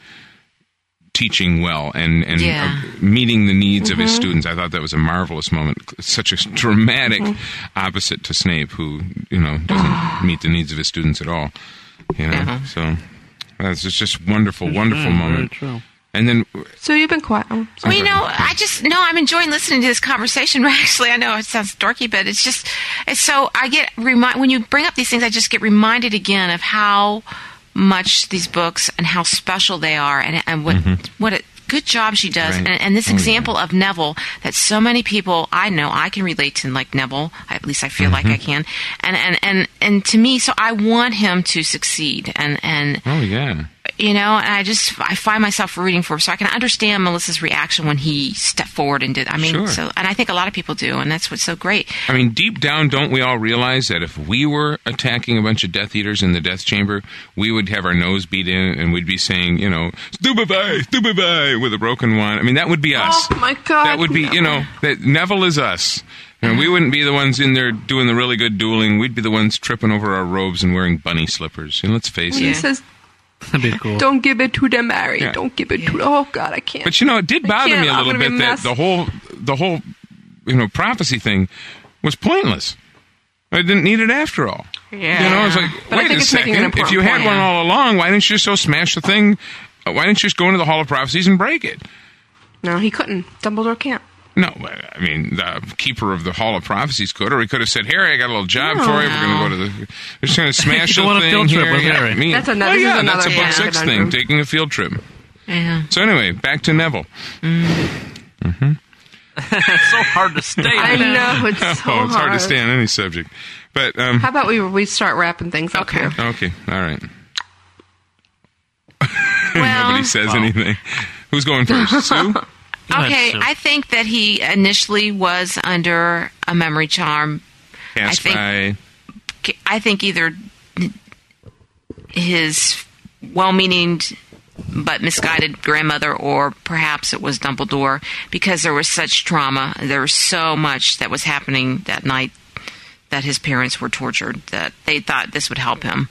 Speaker 21: teaching well and and
Speaker 4: Yeah.
Speaker 21: of meeting the needs of his
Speaker 4: Mhm.
Speaker 21: students. I thought that was a marvelous moment. Such a dramatic
Speaker 4: Mhm.
Speaker 21: opposite to Snape, who you know doesn't meet the needs of his students at all. You know,
Speaker 4: Yeah.
Speaker 21: so that's it's just wonderful, wonderful
Speaker 24: very
Speaker 21: moment. And then
Speaker 4: So you've been quiet. Oh,
Speaker 6: Well, you know, I just no. I'm enjoying listening to this conversation. Actually, I know it sounds dorky, but it's just it's so I get remind when you bring up these things. I just get reminded again of how much these books and how special they are, and and what
Speaker 3: Mhm.
Speaker 6: what a good job she does.
Speaker 3: Right.
Speaker 6: And, and this
Speaker 3: Oh, yeah.
Speaker 6: example of Neville that so many people I know I can relate to, like Neville. At least I feel like
Speaker 3: Mhm.
Speaker 6: I can. And and and and to me, so I want him to succeed. And and
Speaker 21: oh yeah.
Speaker 6: you know and i just i find myself rooting for him so i can understand melissa's reaction when he stepped forward and did i mean
Speaker 21: Sure.
Speaker 6: so and i think a lot of people do and that's what's so great
Speaker 21: I mean, deep down, don't we all realize that if we were attacking a bunch of Death Eaters in the Death Chamber, we would have our nose beat in and we'd be saying, you know, stupefy, stupefy, with a broken one. I mean, that would be us.
Speaker 4: Oh my god!
Speaker 21: that would be, you know, that Neville is us. And we wouldn't be the ones in there doing the really good dueling. We'd be the ones tripping over our robes and wearing bunny slippers. And let's face
Speaker 4: He
Speaker 21: it.
Speaker 4: says,
Speaker 21: That'd be cool.
Speaker 4: "Don't give it to them, Mary.
Speaker 21: Yeah.
Speaker 4: Don't give it to." Oh God, I can't.
Speaker 21: But you know, it did
Speaker 4: I
Speaker 21: bother
Speaker 4: can't.
Speaker 21: me a
Speaker 4: I'm
Speaker 21: little
Speaker 4: gonna be
Speaker 21: bit that
Speaker 4: messed-
Speaker 21: the whole the whole you know prophecy thing was pointless. I didn't need it after all.
Speaker 4: Yeah.
Speaker 21: You know, I was like,
Speaker 4: But I
Speaker 21: wait
Speaker 4: think
Speaker 21: a
Speaker 4: it's making an
Speaker 21: second. If
Speaker 4: important
Speaker 21: you had
Speaker 4: point.
Speaker 21: one all along, why didn't you just go smash the thing? Uh, Why didn't you just go into the Hall of Prophecies and break it?
Speaker 4: no, he couldn't. Dumbledore can't.
Speaker 21: No, I mean the keeper of the Hall of Prophecies could, or he could have said, "Harry, I got a little job
Speaker 4: No.
Speaker 21: for you. We're going to go to the, we're just going to smash
Speaker 4: Go
Speaker 21: the
Speaker 4: on a
Speaker 21: thing
Speaker 4: field trip
Speaker 21: here."
Speaker 4: with
Speaker 21: Yeah,
Speaker 4: Harry.
Speaker 21: I mean-
Speaker 4: That's another-
Speaker 21: Well, yeah,
Speaker 4: this is
Speaker 21: that's a
Speaker 4: another
Speaker 21: book six
Speaker 4: conundrum.
Speaker 21: thing, taking a field trip.
Speaker 6: yeah
Speaker 21: So anyway, back to Neville.
Speaker 7: it's so hard to stay.
Speaker 4: I know it's so
Speaker 21: oh, it's hard to
Speaker 4: hard.
Speaker 21: stay on any subject. But um,
Speaker 4: How about we we start wrapping things up here?
Speaker 21: Okay, all right.
Speaker 6: Well-
Speaker 21: Nobody says anything. Who's going first? Sue?
Speaker 6: okay i think that he initially was under a memory charm
Speaker 21: Cast
Speaker 6: I think-
Speaker 21: by.
Speaker 6: I think either his well-meaning but misguided grandmother, or perhaps it was Dumbledore, because there was such trauma. There was so much that was happening that night that his parents were tortured that they thought this would help him,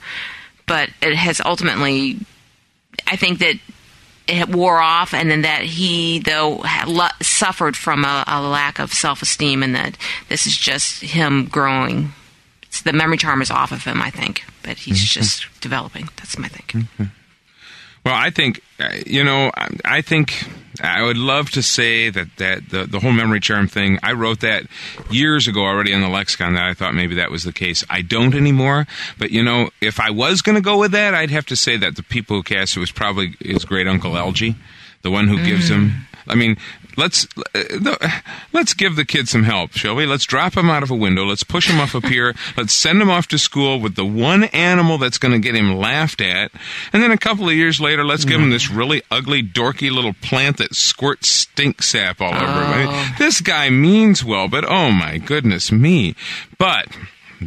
Speaker 6: but it has ultimately. I think that it wore off, and then that he though had lo- suffered from a, a lack of self-esteem, and that this is just him growing it's- the memory charm is off of him, I think, but he's
Speaker 21: Mhm.
Speaker 6: just developing. That's my thing.
Speaker 21: Well, I think uh, you know. I, I think I would love to say that that the, the whole memory charm thing. I wrote that years ago already in the lexicon that I thought maybe that was the case. I don't anymore. But you know, if I was going to go with that, I'd have to say that the people who cast it was probably his great uncle Elgie, the one who gives him. I mean, let's uh, the, let's give the kid some help, shall we? Let's drop him out of a window. Let's push him off a pier. Let's send him off to school with the one animal that's going to get him laughed at. And then a couple of years later, let's give him this really ugly, dorky little plant that squirts stink sap all over him. I mean, this guy means well, but oh my goodness me! But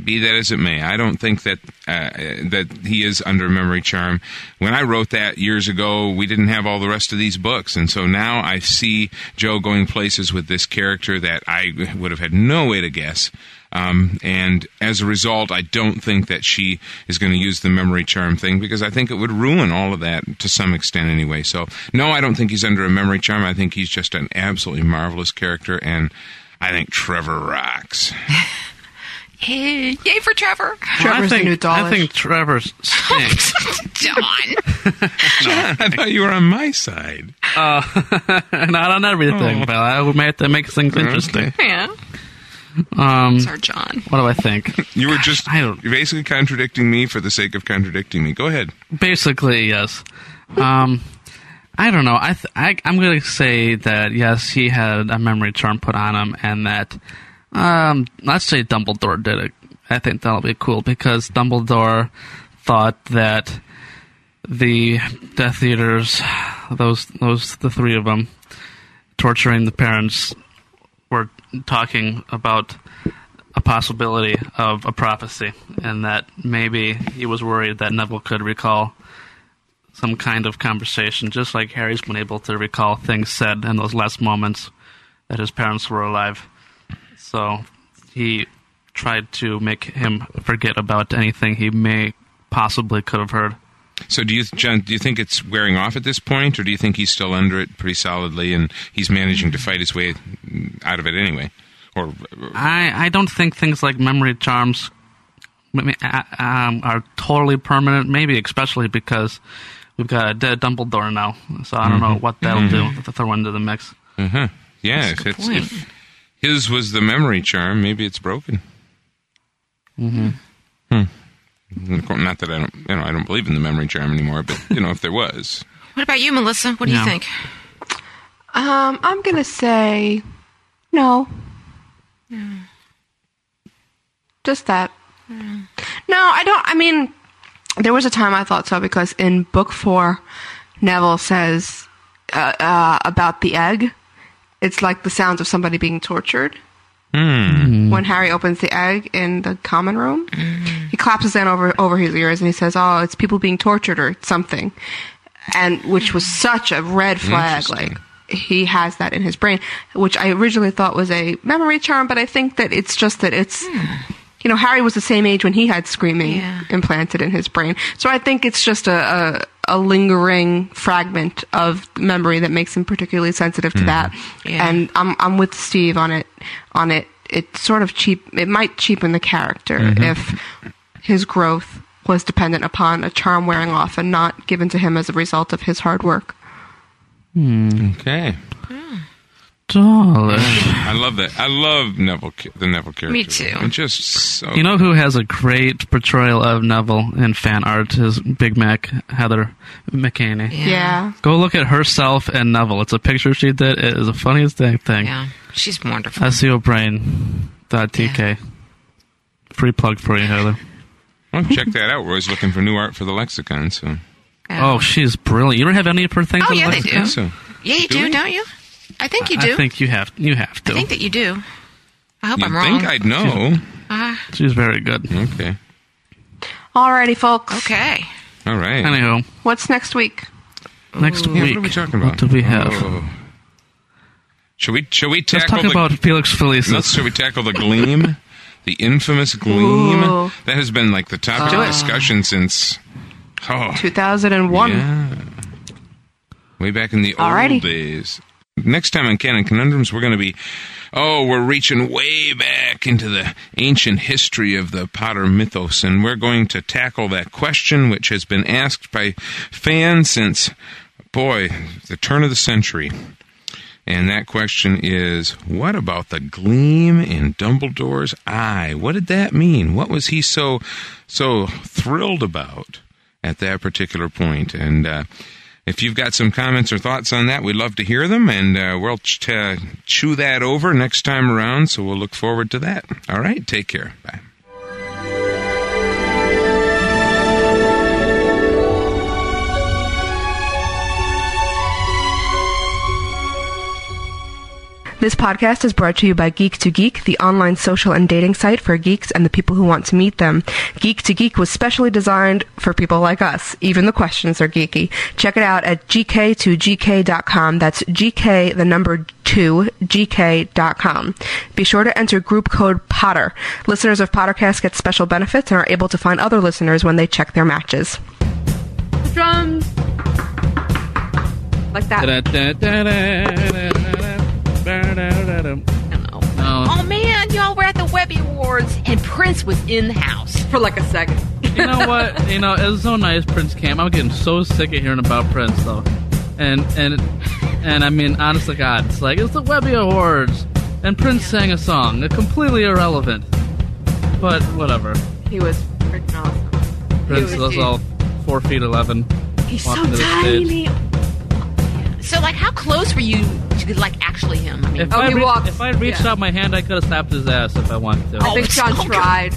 Speaker 21: be that as it may, I don't think that uh, that he is under memory charm. When I wrote that years ago, we didn't have all the rest of these books, and so now I see Joe going places with this character that I would have had no way to guess. Um, and as a result, I don't think that she is going to use the memory charm thing because I think it would ruin all of that to some extent anyway. So, no, I don't think he's under a memory charm. I think he's just an absolutely marvelous character, and I think Trevor rocks.
Speaker 6: Hey, yay for Trevor!
Speaker 7: I think, I think Trevor stinks.
Speaker 6: John.
Speaker 21: I thought you were on my side. Oh.
Speaker 7: Uh, not on everything, but I we may have to make things interesting.
Speaker 6: Yeah.
Speaker 7: Um,
Speaker 6: Sorry, John.
Speaker 7: What do I think?
Speaker 21: You were just you're basically contradicting me for the sake of contradicting me. Go ahead.
Speaker 7: Basically, yes. Um, I don't know. I, th- I I'm going to say that yes, he had a memory charm put on him, and that um, let's say Dumbledore did it. I think that'll be cool because Dumbledore thought that the Death Eaters, those those the three of them, torturing the parents were talking about a possibility of a prophecy, and that maybe he was worried that Neville could recall some kind of conversation, just like Harry's been able to recall things said in those last moments that his parents were alive. So he tried to make him forget about anything he may possibly could have heard.
Speaker 21: So do you, John? Do you think it's wearing off at this point, or do you think he's still under it pretty solidly, and he's managing to fight his way out of it anyway? Or
Speaker 7: I, I don't think things like memory charms I mean, uh, um, are totally permanent, maybe especially because we've got a dead Dumbledore now. So I don't know what that'll do to throw into the mix.
Speaker 21: Uh-huh. Yeah,
Speaker 7: That's a
Speaker 21: if,
Speaker 7: good
Speaker 21: it's,
Speaker 7: point.
Speaker 21: if his was the memory charm, maybe it's broken.
Speaker 7: Mm-hmm.
Speaker 21: Not that I don't, you know, I don't believe in the memory charm anymore. But you know, if there was,
Speaker 6: What about you, Melissa? What do
Speaker 21: Yeah.
Speaker 6: you think?
Speaker 4: Um, I'm gonna say no. Just that. No, I don't. I mean, there was a time I thought so because in book four, Neville says uh, uh, about the egg. It's like the sounds of somebody being tortured.
Speaker 21: Hmm.
Speaker 3: Mm-hmm.
Speaker 4: When Harry opens the egg in the common room, he claps his hand over over his ears and he says, "Oh, it's people being tortured or something," and which was such a red flag. Like he has that in his brain, which I originally thought was a memory charm, but I think that it's just that it's. You know, Harry was the same age when he had screaming implanted in his brain. So I think it's just a, a, a lingering fragment of memory that makes him particularly sensitive to that.
Speaker 6: Yeah.
Speaker 4: And I'm I'm with Steve on it on it. It sort of cheap it might cheapen the character
Speaker 6: Mhm.
Speaker 4: if his growth was dependent upon a charm wearing off and not given to him as a result of his hard work.
Speaker 21: okay.
Speaker 7: Hmm.
Speaker 21: I love that. I love Neville, ca- the Neville character.
Speaker 7: Me too.
Speaker 21: I'm just so.
Speaker 7: You know who has a great portrayal of Neville in fan art is Big Mac Heather McCaney.
Speaker 4: Yeah.
Speaker 7: Go look at herself and Neville. It's a picture she did. It is the funniest dang thing.
Speaker 6: Yeah, she's wonderful.
Speaker 7: SEO brain dot TK. Free plug for you, Heather.
Speaker 21: Well, check that out. We're always looking for new art for the lexicon. So.
Speaker 7: Oh, she's brilliant. You don't have any of her things
Speaker 6: Oh,
Speaker 7: on
Speaker 6: yeah,
Speaker 7: the
Speaker 6: they
Speaker 7: lexicon?
Speaker 6: do. Yeah, you do,
Speaker 21: we?
Speaker 6: don't you? I think you do.
Speaker 7: I think you have you have to.
Speaker 6: I think that you do. I hope
Speaker 7: You'd
Speaker 6: I'm
Speaker 7: think
Speaker 6: wrong.
Speaker 7: I'd know.
Speaker 6: Uh,
Speaker 7: She's very good.
Speaker 21: Okay.
Speaker 4: Alrighty folks.
Speaker 6: Okay.
Speaker 21: All right.
Speaker 7: Anyhow,
Speaker 4: What's next week?
Speaker 7: next
Speaker 21: Yeah,
Speaker 7: week.
Speaker 21: What are we talking about?
Speaker 7: What do we have?
Speaker 21: Oh. Shall we? Shall we
Speaker 7: Let's
Speaker 21: tackle
Speaker 7: talk
Speaker 21: the,
Speaker 7: about Felix Felicis.
Speaker 21: Let's, shall we tackle the gleam? the infamous gleam
Speaker 4: Ooh.
Speaker 21: that has been like the topic
Speaker 4: Do
Speaker 21: of
Speaker 4: it.
Speaker 21: discussion since. Oh,
Speaker 4: 2001.
Speaker 21: Yeah. Way back in the
Speaker 4: Alrighty.
Speaker 21: old days. Next time on Canon Conundrums, we're going to be, oh, we're reaching way back into the ancient history of the Potter mythos, and we're going to tackle that question which has been asked by fans since, boy, the turn of the century. And that question is what about the gleam in Dumbledore's eye? What did that mean? What was he so so thrilled about at that particular point? And uh, if you've got some comments or thoughts on that, we'd love to hear them, and uh, we'll ch- uh, chew that over next time around. So we'll look forward to that. All right, take care. Bye.
Speaker 25: This podcast is brought to you by Geek to Geek, the online social and dating site for geeks and the people who want to meet them. Geek to Geek was specially designed for people like us. Even the questions are geeky. Check it out at gk2gk.com. That's gk, the number two, gk.com. Be sure to enter group code POTTER. Listeners of Pottercast get special benefits and are able to find other listeners when they check their matches.
Speaker 4: Drums. Like
Speaker 6: Uh,
Speaker 4: that.
Speaker 6: Oh man, y'all were at the Webby Awards and Prince was in the house
Speaker 4: for like a second.
Speaker 7: you know what? You know, it was so nice Prince came. I'm getting so sick of hearing about Prince though. And and and I mean, honest to God, it's like it's the Webby Awards, and Prince sang a song, uh, completely irrelevant. But whatever.
Speaker 4: He was freaking awesome.
Speaker 7: Prince
Speaker 4: was
Speaker 7: was all four feet eleven.
Speaker 6: He's
Speaker 7: walked
Speaker 6: so
Speaker 7: to the stage.
Speaker 6: tiny. So, like, how close were you to, like, actually him? I mean, oh,
Speaker 7: If I re- if I reached out my hand, I could have slapped his ass if I wanted to.
Speaker 6: I think John Oh,
Speaker 4: tried.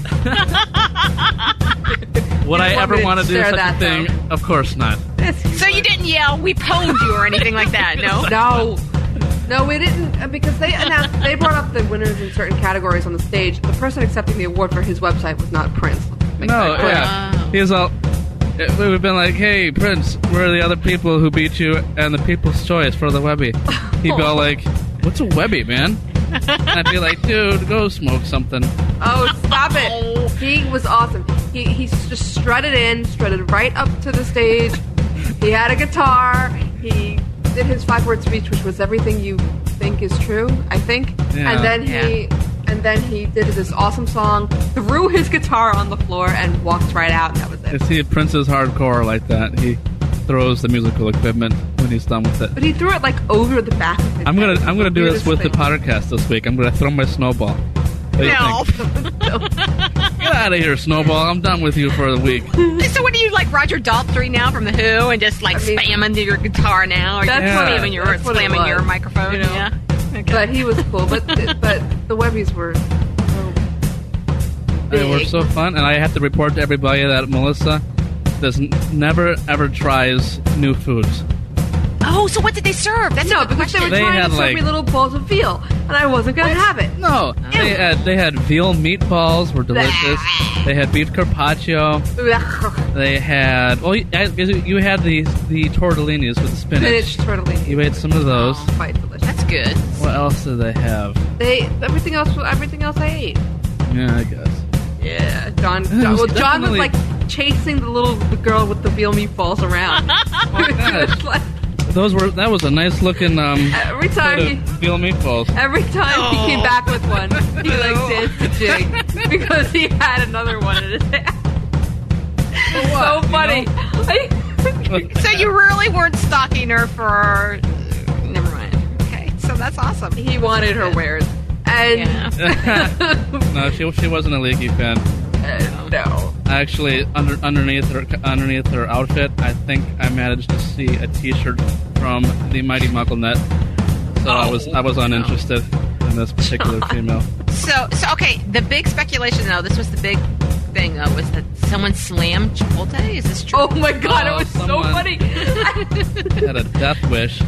Speaker 7: Would I
Speaker 6: want
Speaker 7: ever
Speaker 6: me to
Speaker 7: want to do
Speaker 6: share
Speaker 7: such
Speaker 6: that,
Speaker 7: a thing? Of course not.
Speaker 6: So you didn't yell, we pwned you or anything like that, no?
Speaker 4: No. No, we didn't uh, because they announced they brought up the winners in certain categories on the stage. The person accepting the award for his website was not Prince.
Speaker 7: No, yeah. He was all. It would have been like, hey, Prince, where are the other people who beat you and the people's choice for the Webby? He'd go like, what's a Webby, man? And I'd be like, dude, go smoke something.
Speaker 4: Oh, stop it! He was awesome. He he just strutted in, strutted right up to the stage. He had a guitar. He did his five word speech, which was everything you think is true, I think.
Speaker 26: Yeah.
Speaker 4: and then he and then he did this awesome song, threw his guitar on the floor, and walked right out. And that was it.
Speaker 7: If he Prince's hardcore like that, he throws the musical equipment when he's done with it.
Speaker 4: But he threw it like over the back of his
Speaker 7: I'm gonna I'm gonna do this
Speaker 4: Weirdest
Speaker 7: with the
Speaker 4: thing.
Speaker 7: podcast this week. I'm gonna throw my snowball. What do you think? Get out of here, snowball. I'm done with you for the week.
Speaker 6: so what are you like Roger Daltrey now from The Who and just like spamming your guitar now or
Speaker 4: That's
Speaker 6: you
Speaker 4: what it-
Speaker 6: slamming your
Speaker 4: that's what it
Speaker 6: slamming your
Speaker 4: was,
Speaker 6: microphone?
Speaker 4: you know?
Speaker 6: Yeah.
Speaker 4: But he was cool. But but the Webbies were
Speaker 7: They were so fun, and I have to report to everybody that Melissa does n- never ever tries new foods.
Speaker 6: Oh, so what did they serve? That's
Speaker 4: no,
Speaker 6: a good
Speaker 4: because they
Speaker 6: question.
Speaker 4: were
Speaker 7: They
Speaker 4: trying
Speaker 7: had,
Speaker 4: to serve
Speaker 7: like-
Speaker 4: me little balls of veal, and I wasn't gonna have it.
Speaker 7: No, They had they had veal meatballs were delicious. They had beef carpaccio. They had well, you, I- you had the the tortellinis with the spinach.
Speaker 4: spinach tortellini.
Speaker 7: You ate some of those.
Speaker 4: Quite delicious. That's
Speaker 6: good.
Speaker 7: What else did they have?
Speaker 4: They everything else everything else I ate.
Speaker 7: Yeah, I guess.
Speaker 4: Yeah, John.
Speaker 7: It
Speaker 4: John
Speaker 7: was
Speaker 4: well, John was
Speaker 7: definitely-
Speaker 4: like chasing the little girl with the veal meatballs around. It's like,
Speaker 7: Those were that was a nice looking um
Speaker 6: Uh,
Speaker 4: Every time
Speaker 7: sort of veal meatballs.
Speaker 4: every time he came back with one, he like danced a jig because he had another one in his hand. so funny.
Speaker 6: so you really weren't stalking her for never mind. Okay. So that's awesome.
Speaker 4: He wanted her wares. And
Speaker 7: no, she she wasn't a leaky fan.
Speaker 4: no.
Speaker 7: Actually, under, underneath her underneath her outfit, I think I managed to see a T-shirt from the Mighty Mucklenet. So I was I was
Speaker 4: Oh,
Speaker 7: uninterested in this particular female.
Speaker 6: So, so okay. The big speculation, though, this was the big thing, though, was that someone slammed Chipotle. Is this true?
Speaker 4: Oh my god, it was so
Speaker 7: someone-
Speaker 4: funny.
Speaker 7: Had a death wish.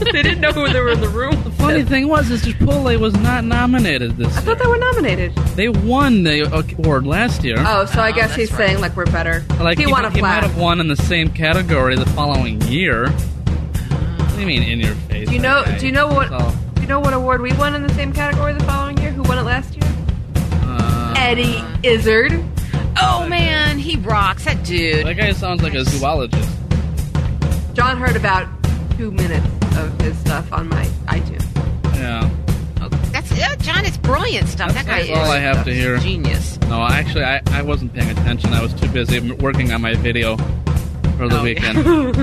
Speaker 4: they didn't know who they were in the room. The
Speaker 7: funny thing was, is Chipotle was not nominated this
Speaker 4: I thought they were nominated.
Speaker 7: year. They won the award last year.
Speaker 4: Oh, so I guess he's saying like we're better.
Speaker 7: Like
Speaker 4: he
Speaker 7: he,
Speaker 4: won a
Speaker 7: might- he might
Speaker 4: flat.
Speaker 7: have won in the same category the following year. What do you mean in your face?
Speaker 4: Do you know?
Speaker 7: okay?
Speaker 4: Do you know what?
Speaker 7: So,
Speaker 4: Do you know what award we won in the same category the following year? Who won it last year?
Speaker 7: uh,
Speaker 4: Eddie Izzard.
Speaker 6: Oh man, he rocks. That dude.
Speaker 7: That guy sounds like a zoologist.
Speaker 4: John heard about two minutes of his stuff on my iTunes.
Speaker 7: Yeah.
Speaker 6: That's yeah, John. It's brilliant stuff. that guy
Speaker 7: That's all
Speaker 6: is
Speaker 7: I have to hear.
Speaker 6: Genius.
Speaker 7: No, actually, I, I wasn't paying attention. I was too busy m- working on my video for the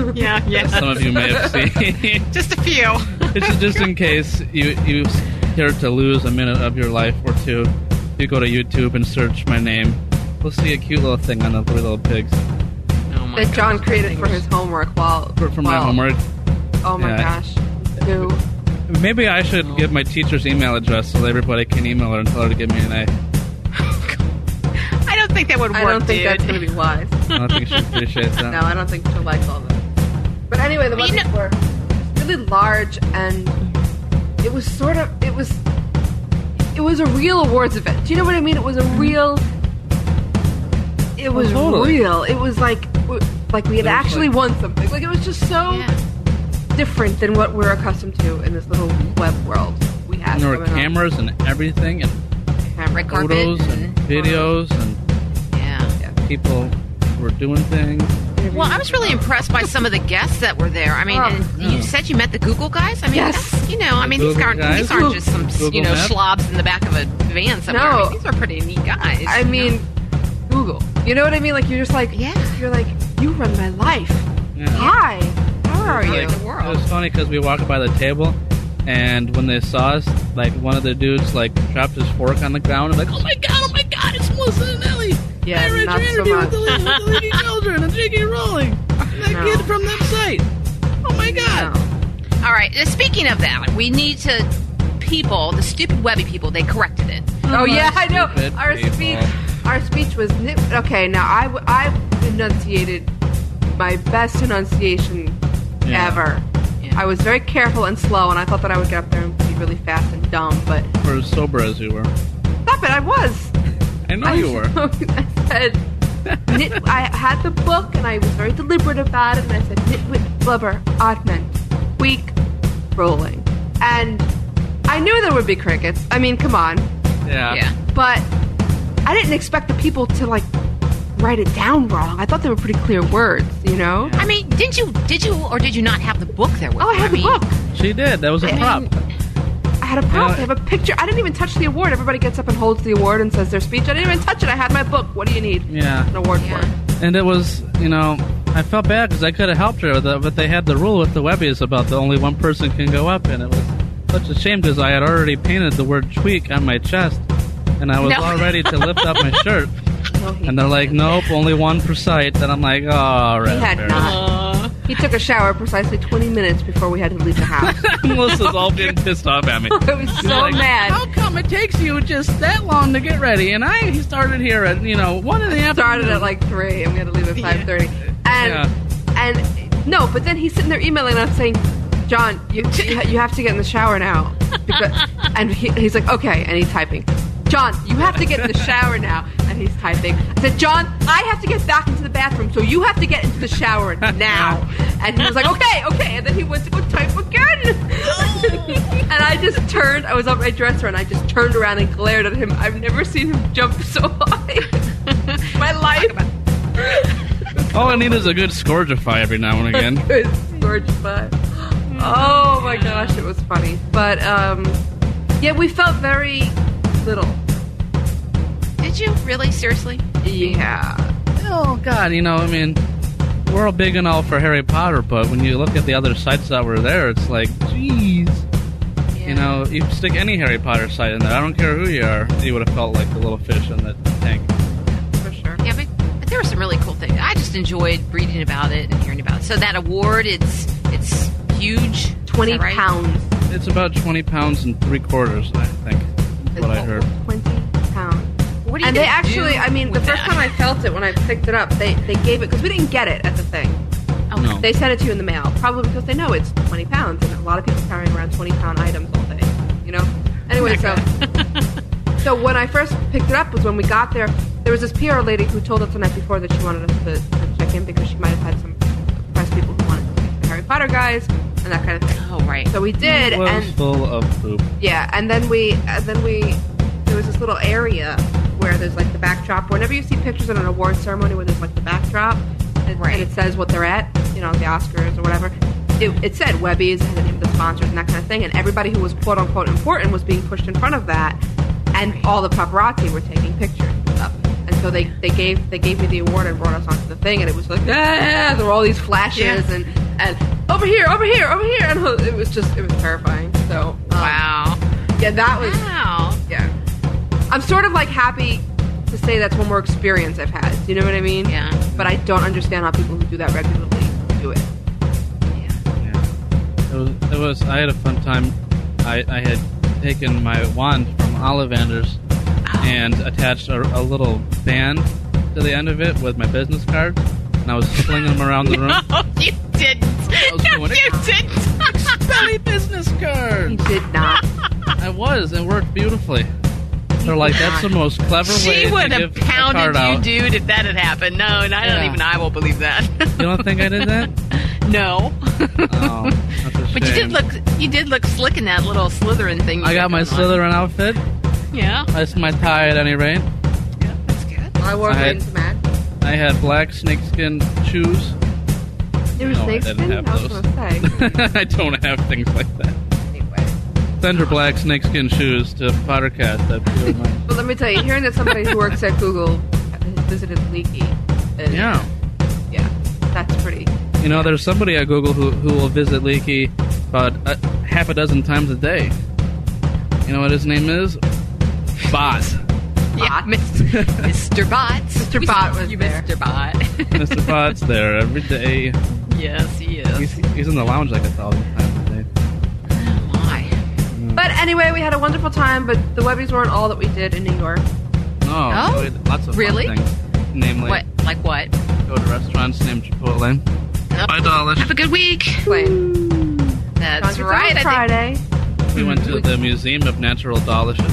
Speaker 7: weekend.
Speaker 6: yeah, yeah.
Speaker 7: As some of you may have seen.
Speaker 6: Just a few.
Speaker 7: This is just in case you you care to lose a minute of your life or two. You go to YouTube and search my name. We'll see a cute little thing on the three little pigs
Speaker 6: Oh
Speaker 4: that John created for his homework while
Speaker 7: for, for my homework.
Speaker 4: Oh my
Speaker 7: Yeah.
Speaker 4: gosh. Who?
Speaker 7: Maybe I should give my teacher's email address so that everybody can email her and tell her to give me an A.
Speaker 6: I don't think that would work.
Speaker 4: I don't think
Speaker 6: dude.
Speaker 4: that's gonna be wise.
Speaker 7: I don't think she appreciates that.
Speaker 4: No, I don't think she'll like all that. But anyway, the ones were really large, and it was sort of it was it was a real awards event. Do you know what I mean? It was a real. It was
Speaker 26: totally.
Speaker 4: real. It was like w- like we had
Speaker 26: It was
Speaker 4: actually
Speaker 26: like-
Speaker 4: won something. Like it was just so different than what we're accustomed to in this little web world we have.
Speaker 7: And there were
Speaker 4: going on.
Speaker 7: cameras and everything and
Speaker 6: Camera carpet
Speaker 7: photos and videos and
Speaker 6: Yeah.
Speaker 7: people were doing things.
Speaker 6: Well, I was really impressed by some of the guests that were there. I mean, and you said you met the Google guys. I mean,
Speaker 4: Oh. Yes.
Speaker 6: that's- you know, I mean, these
Speaker 4: Google
Speaker 6: aren't these
Speaker 4: guys.
Speaker 6: aren't just some you
Speaker 4: Google
Speaker 6: know
Speaker 4: Maps.
Speaker 6: schlobs in the back of a van somewhere. I
Speaker 4: No.
Speaker 6: mean, these are pretty neat guys.
Speaker 4: I mean, Google. You know what I mean? Like you're just like yeah. You're like you run my life. Hi. How are you?
Speaker 7: Like, It was funny because we walked by the table, and when they saw us, like one of the dudes like dropped his fork on the ground and like, oh my god, oh my god, it's Melissa and Ellie.
Speaker 26: Yeah,
Speaker 7: I read
Speaker 26: not
Speaker 7: your
Speaker 26: so
Speaker 7: interview with
Speaker 26: much.
Speaker 7: the, with the leading children and J.K. Rowling, and that
Speaker 26: No.
Speaker 7: kid from that site. Oh my god.
Speaker 6: All right. uh, Speaking of that, we need to people, the stupid webby people, they corrected it.
Speaker 4: Oh yeah, I know.
Speaker 6: Stupid
Speaker 4: Our
Speaker 6: people.
Speaker 4: speech, our speech was nip- okay. Now I, w- I enunciated my best enunciation
Speaker 6: Yeah.
Speaker 4: ever. I was very careful and slow, and I thought that I would get up there and be really fast and dumb, but
Speaker 7: Or as sober as you were.
Speaker 4: stop it, I was.
Speaker 7: I know you were.
Speaker 4: I said, nit- I had the book, and I was very deliberate about it, and I said, nitwit, blubber, oddman, weak, rolling. And I knew there would be crickets. I mean, come on.
Speaker 7: Yeah.
Speaker 4: But I didn't expect the people to, like, write it down wrong. I thought they were pretty clear words, you know?
Speaker 6: I mean, didn't you, did you, or did you not have the book there with
Speaker 4: Oh, I
Speaker 6: you?
Speaker 4: had the book.
Speaker 7: She did. That was a
Speaker 4: I
Speaker 7: prop.
Speaker 4: mean, I had a prop. I have a picture. I didn't even touch the award. Everybody gets up and holds the award and says their speech. I didn't even touch it. I had my book. What do you need?
Speaker 7: Yeah.
Speaker 4: An award for it.
Speaker 7: And it was, you know, I felt bad because I could have helped her, with it, but they had the rule with the Webbies about the only one person can go up, and it was such a shame because I had already painted the word tweak on my chest, and I was
Speaker 4: No.
Speaker 7: all ready to lift up my shirt. And they're like, nope, only one per site. And I'm like, oh,
Speaker 4: He had not. He took a shower precisely 20 minutes before we had to leave the house.
Speaker 7: Melissa's all being pissed off at me.
Speaker 4: I was so
Speaker 7: Like,
Speaker 4: mad.
Speaker 7: How come it takes you just that long to get ready? And I started here at you know one in the afternoon.
Speaker 4: Started at like three, and we had to leave at 5:30. And
Speaker 7: Yeah.
Speaker 4: and no, but then he's sitting there emailing us saying, "John, you you you have to get in the shower now." Because, and he, he's like, "Okay," and he's typing. John, you have to get in the shower now. And he's typing. I said, John, I have to get back into the bathroom, so you have to get into the shower now. And he was like, okay, okay. And then he went to go type again. and I just turned. I was on my dresser, and I just turned around and glared at him. I've never seen him jump so high. my life.
Speaker 7: All I need is a good scourgify every now and again.
Speaker 4: It was gorgeous, but oh my gosh, it was funny. But um, yeah, we felt very little.
Speaker 6: Did you really? Seriously?
Speaker 4: Yeah.
Speaker 7: Oh God, you know, I mean, we're all big and all for Harry Potter, but when you look at the other sites that were there, it's like, jeez. You know, you stick any Harry Potter site in there, I don't care who you are, you would have felt like the little fish in the tank.
Speaker 6: Yeah, but, but there were some really cool things. I just enjoyed reading about it and hearing about it. So that award, it's it's huge.
Speaker 4: Twenty pounds.
Speaker 7: It's about 20 pounds and three quarters, I think, is what I heard.
Speaker 4: Pound.
Speaker 6: What are you
Speaker 4: and they
Speaker 6: gonna
Speaker 4: actually,
Speaker 6: do
Speaker 4: I mean, the
Speaker 6: with
Speaker 4: first
Speaker 6: that?
Speaker 4: time I felt it when I picked it up, they they gave it because we didn't get it at the thing.
Speaker 7: Oh, No.
Speaker 4: They sent it to you in the mail, probably because they know it's 20 pounds, and a lot of people carrying around 20 pound items all day, you know? Anyway, so so when I first picked it up was when we got there, there was this PR lady who told us the night before that she wanted us to, to check in because she might have had some press people who wanted to pick the Harry Potter guys and that kind of thing.
Speaker 6: Oh, right.
Speaker 4: So we did,
Speaker 7: It was
Speaker 4: and
Speaker 7: full of poop.
Speaker 4: yeah, and then we, and then we, there was this little area where there's like the backdrop. Whenever you see pictures at an award ceremony where there's like the backdrop, and, and it says what they're at, you know, the Oscars or whatever. It, it said Webby's and the name of the sponsors and that kind of thing, and everybody who was quote unquote important was being pushed in front of that, and all the paparazzi were taking pictures and stuff. And so they, they gave they gave me the award and brought us onto the thing, and it was like ah, there were all these flashes
Speaker 6: Yeah.
Speaker 4: and and over here, over here, over here, and it was just it was terrifying. So
Speaker 6: wow,
Speaker 4: yeah, that was
Speaker 6: wow,
Speaker 4: yeah. I'm sort of like happy to say that's one more experience I've had. Do you know what I mean?
Speaker 6: Yeah.
Speaker 4: But I don't understand how people who do that regularly do it.
Speaker 7: It was, it was. I had a fun time. I, I had taken my wand from Ollivander's and attached a, a little band to the end of it with my business cards, and I was flinging them around the room.
Speaker 6: No, you didn't. No, you didn't.
Speaker 7: Belly business cards.
Speaker 4: You did not.
Speaker 7: I was. It worked beautifully. They're like, that's the most clever way
Speaker 6: She
Speaker 7: to
Speaker 6: would have
Speaker 7: give a card out.
Speaker 6: pounded you, dude, if that had happened. No, and I don't
Speaker 7: Yeah.
Speaker 6: even. I will believe that.
Speaker 7: You don't think I did that?
Speaker 6: no,
Speaker 7: Oh, that's a
Speaker 6: but you
Speaker 7: shame.
Speaker 6: did look. You did look slick in that little Slytherin thing. you
Speaker 7: I got my
Speaker 6: going on.
Speaker 7: Slytherin outfit.
Speaker 6: Yeah.
Speaker 7: That's my tie at any rate.
Speaker 4: I wore
Speaker 7: I-
Speaker 4: mine to match.
Speaker 7: I had black snakeskin shoes.
Speaker 4: There was
Speaker 7: No, I
Speaker 4: snakes
Speaker 7: didn't
Speaker 4: in it?
Speaker 7: have
Speaker 4: I was
Speaker 7: those.
Speaker 4: going to say.
Speaker 7: I don't have things like that. Send her black snakeskin shoes to Pottercast. That's your mind.
Speaker 4: But let me tell you, hearing that somebody who works at Google visited Leaky, is,
Speaker 7: Yeah.
Speaker 4: yeah, that's pretty.
Speaker 7: You know, there's somebody at Google who, who will visit Leaky about a, half a dozen times a day. You know what his name is? Boz.
Speaker 6: Yeah, Mr. Mr. Bot. Mr.
Speaker 4: Bot was
Speaker 6: you, Mr. Bot.
Speaker 7: Mr. Bot's there every day.
Speaker 6: yes, he is.
Speaker 7: He's, he's in the lounge like a thousand times a day.
Speaker 6: Why?
Speaker 4: But anyway, we had a wonderful time, but the Webbies weren't all that we did in New York.
Speaker 7: Oh,
Speaker 4: Oh,
Speaker 7: really? lots of fun
Speaker 4: really?
Speaker 7: things. Namely,
Speaker 6: What? Like what?
Speaker 7: go to restaurants named Chipotle.
Speaker 6: Five
Speaker 7: dollars.
Speaker 6: Have a good week.
Speaker 4: Wait.
Speaker 6: That's right. I think-
Speaker 4: Friday.
Speaker 7: We went to the Museum of Natural Dolishes.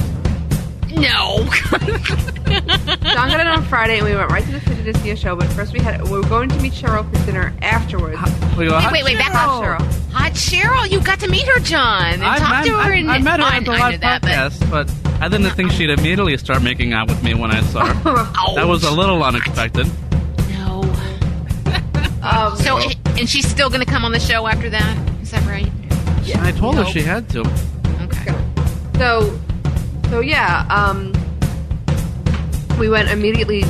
Speaker 6: No.
Speaker 4: John got it on Friday, and we went right to the city to see a show. But first, we had we were going to meet Cheryl for dinner afterwards.
Speaker 7: Wait,
Speaker 6: Wait, wait, wait, back up, Cheryl. Hot Cheryl, you got to meet her, John, and
Speaker 7: I,
Speaker 6: talk
Speaker 7: I-
Speaker 6: to her.
Speaker 7: I-
Speaker 6: and, Oh,
Speaker 7: I met her
Speaker 6: I-
Speaker 7: at the
Speaker 6: I
Speaker 7: live
Speaker 6: knew that, but-
Speaker 7: podcast, but I didn't think she'd immediately start making out with me when I saw her. That was a little unexpected.
Speaker 6: Um, so, and she's still going to come on the show after that. Is that right?
Speaker 7: I told her
Speaker 4: Nope.
Speaker 7: she had to.
Speaker 4: So, so yeah, um, we went immediately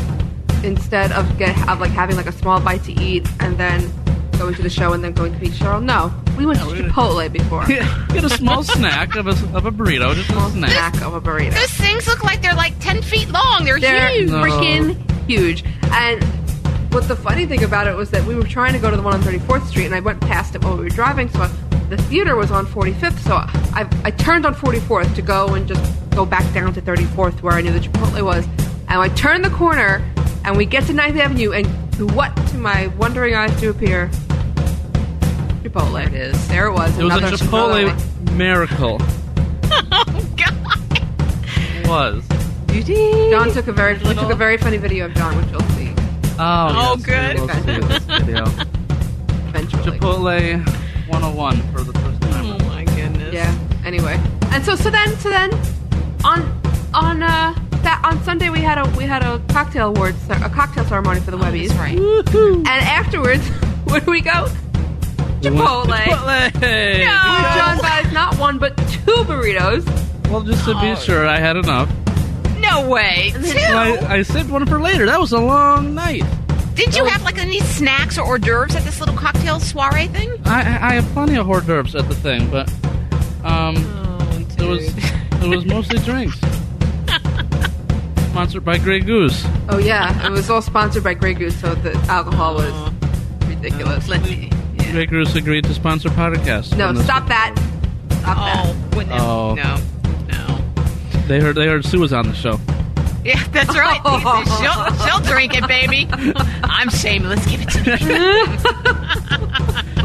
Speaker 4: instead of get of like having like a small bite to eat and then going to the show and then going to meet Cheryl. No, we went to Chipotle before.
Speaker 7: Get a small snack of a, of a burrito, just a snack.
Speaker 4: Snack of a burrito.
Speaker 6: Those things look like they're like ten feet long. They're,
Speaker 4: They're
Speaker 6: huge.
Speaker 4: freaking huge. And what the funny thing about it was that we were trying to go to the one on 34th Street, and I went past it while we were driving. So the theater was on 45th, so I, I turned on 44th to go and just go back down to 34th where I knew the Chipotle was. And I turned the corner, and we get to 9th Avenue, and to what to my wondering eyes do appear? Chipotle. There it is. There it was.
Speaker 7: It was a
Speaker 4: another Oh,
Speaker 7: Chipotle miracle. Was.
Speaker 4: Chipotle. John took a very we took a very funny video of John, which you'll see.
Speaker 7: Oh, oh
Speaker 4: good.
Speaker 7: Chipotle 101 for the first time.
Speaker 4: Oh my goodness. Yeah. Anyway, and so so then so then on on uh that on Sunday we had a we had a cocktail awards cer- a cocktail ceremony for the Webbies.
Speaker 6: Oh, right.
Speaker 4: And afterwards, where do we go? Chipotle.
Speaker 7: Chipotle.
Speaker 4: No, John buys not one but two burritos.
Speaker 7: Well, just to
Speaker 4: Oh.
Speaker 7: be sure, I had enough.
Speaker 6: No way. Two.
Speaker 7: Well, I, I saved one for later. That was a long night. Oh.
Speaker 6: Did you have like any snacks or hors d'oeuvres at this little cocktail soiree thing?
Speaker 7: I, I, I have plenty of hors d'oeuvres at the thing, but um,
Speaker 4: Oh,
Speaker 7: it was it was mostly drinks. Sponsored by Grey Goose.
Speaker 4: Oh yeah, it was all sponsored by Grey Goose, so the alcohol
Speaker 6: Oh.
Speaker 4: was ridiculous.
Speaker 7: Grey Goose agreed to sponsor podcasts.
Speaker 4: No,
Speaker 7: And this-
Speaker 4: stop that. Stop that. no,
Speaker 7: Oh no. They heard they heard Sue was on the show.
Speaker 6: Yeah, that's right. she'll, she'll drink it, baby. I'm shameless. Give it to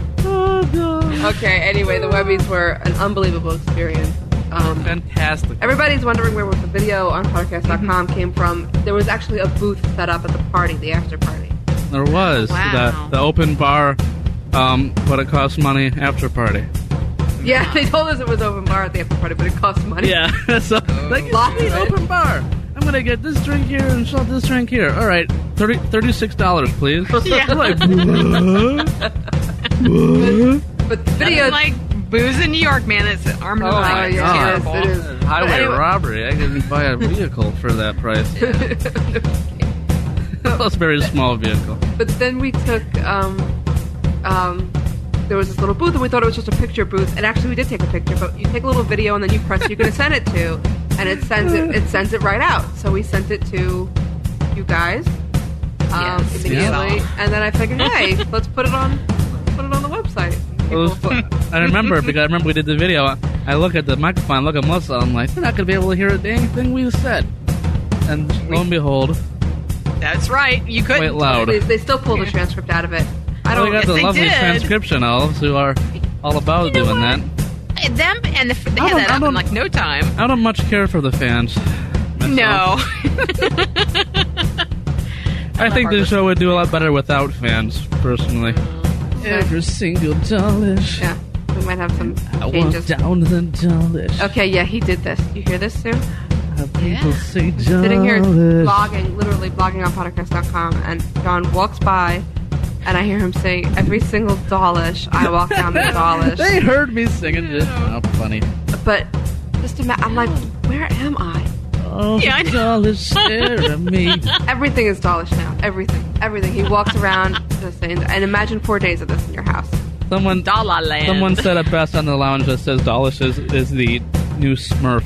Speaker 6: me.
Speaker 4: Okay, anyway, the Webbies were an unbelievable experience. Um,
Speaker 7: Fantastic.
Speaker 4: Everybody's wondering where the video on podcast.com came from. There was actually a booth set up at the party, the after party.
Speaker 7: There was
Speaker 4: Wow.
Speaker 7: the the open bar, um, but it cost money after party.
Speaker 4: Yeah, they told us it was open bar at the after party, but it cost money.
Speaker 7: Yeah, so like it's
Speaker 4: Lots
Speaker 7: the
Speaker 4: of it.
Speaker 7: open bar. I'm gonna get this drink here and shove this drink here. All right, thirty thirty six dollars, please.
Speaker 4: Yeah.
Speaker 7: Like, what? What?
Speaker 4: But the
Speaker 7: video-
Speaker 12: That's like booze in New York, man. It's an
Speaker 4: Oh,
Speaker 12: arm and a
Speaker 7: my
Speaker 12: leg. It's
Speaker 7: God.
Speaker 12: terrible.
Speaker 7: Oh, Highway
Speaker 12: Anyway.
Speaker 7: robbery. I could buy a vehicle for that price. That's a very small vehicle.
Speaker 4: But then we took, um, um, there was this little booth, and we thought it was just a picture booth. And actually, we did take a picture, but you take a little video, and then you press you're going to send it to, and it sends it, it sends it right out. So we sent it to you guys um,
Speaker 7: Yes.
Speaker 4: immediately,
Speaker 7: Yeah.
Speaker 4: and then I figured, hey, let's put it on, let's put it on the website.
Speaker 7: It was fun. I remember because I remember we did the video. I- I look at the microphone, look at Melissa. I'm like, they're not gonna be able to hear a dang thing we said. And lo and behold,
Speaker 6: That's right. You couldn't.
Speaker 7: Wait loud.
Speaker 4: They, they still pulled the transcript out of it. I
Speaker 7: we
Speaker 4: don't.
Speaker 7: Oh, got the lovely transcription elves who are all about doing that.
Speaker 6: Them and the, they had
Speaker 7: don't-
Speaker 6: that
Speaker 7: I
Speaker 6: up in
Speaker 7: don't-
Speaker 6: like no time.
Speaker 7: I don't much care for the fans.
Speaker 6: No.
Speaker 7: I think the show would do a lot better without fans, personally. Every single dollish.
Speaker 4: Yeah, we might have some
Speaker 7: I walk
Speaker 4: changes.
Speaker 7: down the dollish.
Speaker 4: Okay, yeah, he did this. You hear this, Sue?
Speaker 7: People say
Speaker 4: Sitting here
Speaker 7: dollish.
Speaker 4: blogging, literally blogging on podcast.com, and John walks by, and I hear him say, every single dollish, I walk down the dollish.
Speaker 7: they heard me singing this. How Oh, funny.
Speaker 4: But just ima- I'm like, where am I?
Speaker 7: Oh,
Speaker 4: yeah, I
Speaker 7: dollish stare at me.
Speaker 4: Everything is dollish now. Everything. Everything. He walks around the same. And imagine four days of this in your house.
Speaker 7: Someone
Speaker 6: Dollar land.
Speaker 7: Someone said it best on the lounge that says Dolish is, is the new Smurf.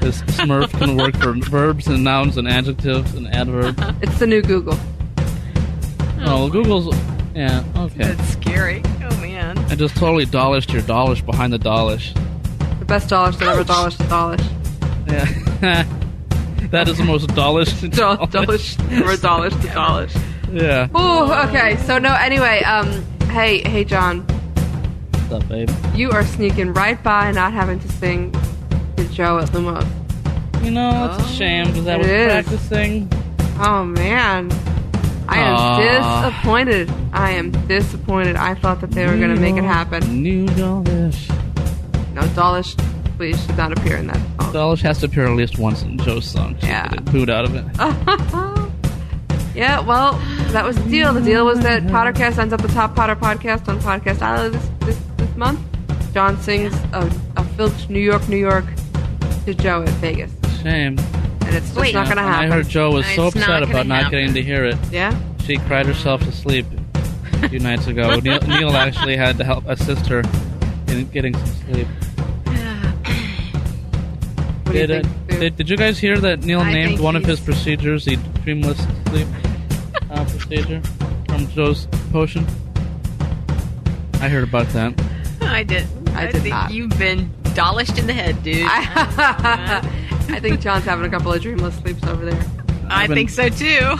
Speaker 7: This Smurf can work for verbs and nouns and adjectives and adverbs.
Speaker 4: It's the new Google.
Speaker 7: Oh, Google's. Yeah, okay.
Speaker 6: That's scary. Oh man.
Speaker 7: I just totally Dolished your Dolish behind the Dolish.
Speaker 4: The best dollish that ever dollish the dollish.
Speaker 7: Yeah. that is the most Dolish. Dolish.
Speaker 4: We're Dolish to Dolish.
Speaker 7: Yeah.
Speaker 4: Ooh, okay. So no. Anyway, um, hey, hey, John.
Speaker 7: stuff, babe.
Speaker 4: You are sneaking right by not having to sing to Joe at Lumos.
Speaker 7: You know, Oh, it's a shame because I was practicing.
Speaker 4: Oh man. I am
Speaker 7: Aw.
Speaker 4: disappointed. I am disappointed. I thought that they were going to make it happen.
Speaker 7: New Dawlish.
Speaker 4: No, Dawlish, please, should not appear in that.
Speaker 7: Dawlish has to appear at least once in Joe's song. Yeah. Get booed out of it.
Speaker 4: Oh. Yeah, well, that was the deal. The deal was that Pottercast ends up the top Potter podcast on Podcast Island this, this, this month. John sings a, a Filch, New York, New York to Joe at Vegas.
Speaker 7: Shame.
Speaker 4: And it's just not going to
Speaker 7: And
Speaker 4: happen.
Speaker 7: I heard Joe was so upset about not getting to hear it.
Speaker 4: Yeah?
Speaker 7: She cried herself to sleep a few nights ago. Neil, Neil actually had to help assist her in getting some sleep.
Speaker 4: What do you
Speaker 7: Did, uh,
Speaker 4: think, Sue?
Speaker 7: did, did you guys hear that Neil
Speaker 4: I
Speaker 7: named
Speaker 4: think
Speaker 7: one of
Speaker 4: he's-
Speaker 7: his procedures the dreamless sleep uh, procedure from Joe's potion? I heard about that.
Speaker 6: I did. I, think you've been dollished in the head, dude.
Speaker 4: I think John's having a couple of dreamless sleeps over there.
Speaker 6: I think so too.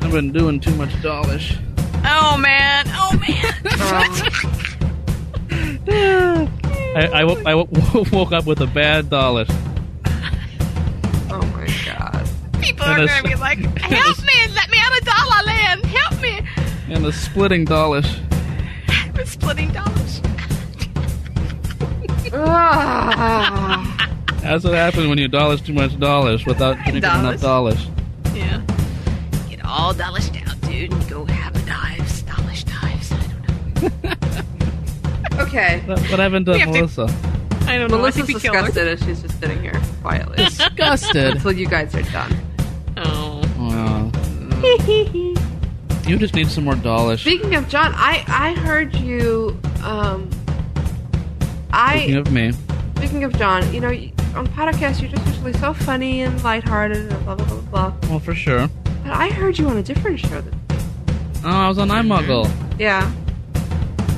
Speaker 7: I've been doing too much dollish.
Speaker 6: Oh man. Oh man.
Speaker 7: I, I, wo- I wo- woke up with a bad dollish.
Speaker 4: Oh my god.
Speaker 6: People are going to be like, "Help me! Let me out of Dollar Land! Help me!
Speaker 7: And a splitting dollish.
Speaker 6: We're splitting dollars."
Speaker 4: Ah.
Speaker 7: That's what happens when you dollish too much dollish without drinking enough dollish.
Speaker 6: yeah. Get all dollished out, dude, and go have a dives, dollish dives. I don't
Speaker 4: okay.
Speaker 7: What what happened to
Speaker 4: We have to-
Speaker 7: Melissa?
Speaker 6: I don't know. I
Speaker 4: Melissa's
Speaker 6: think we killed her.
Speaker 4: disgusted and she's just sitting here quietly.
Speaker 7: Disgusted.
Speaker 4: Until you guys are done.
Speaker 6: Oh.
Speaker 7: Wow. Mm. You just need some more dollish.
Speaker 4: Speaking of John, I, I heard you. Um,
Speaker 7: Speaking
Speaker 4: I
Speaker 7: of me.
Speaker 4: speaking of John, you know, you- on podcast you're just usually so funny and lighthearted and blah blah blah blah. blah.
Speaker 7: Well, for sure.
Speaker 4: But I heard you on a different show. That,
Speaker 7: Oh, I was on iMuggle.
Speaker 4: yeah,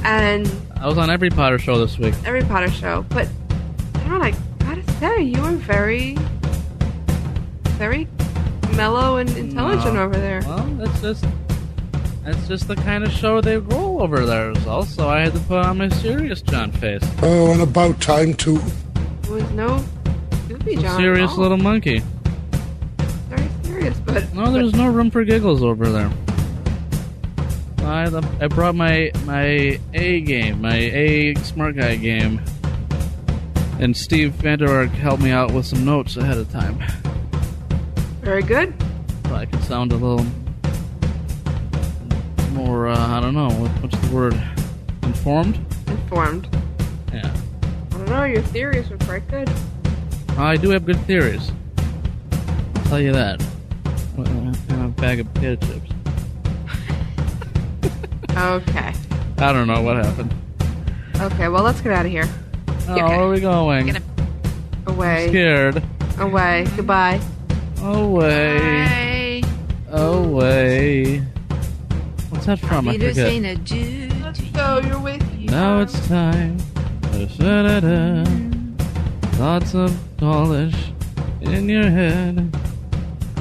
Speaker 4: and
Speaker 7: I was on every Potter show this week.
Speaker 4: every Potter show. But John, I gotta say, you were very, very mellow and intelligent
Speaker 7: No.
Speaker 4: over there.
Speaker 7: Well, that's just that's just the kind of show they roll over there. Also, I had to put on my serious John face.
Speaker 26: Oh, and about time too.
Speaker 4: There was no goofy
Speaker 7: Some
Speaker 4: John. at
Speaker 7: serious
Speaker 4: all.
Speaker 7: little monkey.
Speaker 4: Very serious, but
Speaker 7: No, there's no room for giggles over there. I, I brought my my A game, my A smart guy game, and Steve Vanderark helped me out with some notes ahead of time,
Speaker 4: very good.
Speaker 7: so I could sound a little more. Uh, I don't know what, what's the word. Informed.
Speaker 4: Informed.
Speaker 7: Yeah.
Speaker 4: I don't know. Your theories were quite good.
Speaker 7: I do have good theories. I'll tell you that. Well, uh, And a bag of potato chips.
Speaker 4: Okay.
Speaker 7: I don't know what happened.
Speaker 4: Okay, well, let's get out of here.
Speaker 7: Oh, where are we going?
Speaker 4: Away.
Speaker 7: Scared.
Speaker 4: Away. Goodbye.
Speaker 7: Away.
Speaker 6: Hey.
Speaker 7: Away. What's that from? I forget.
Speaker 6: a Jew. Let's
Speaker 4: go. You're with you.
Speaker 7: Now it's time. Da-da-da-da. Lots of dollars in your head.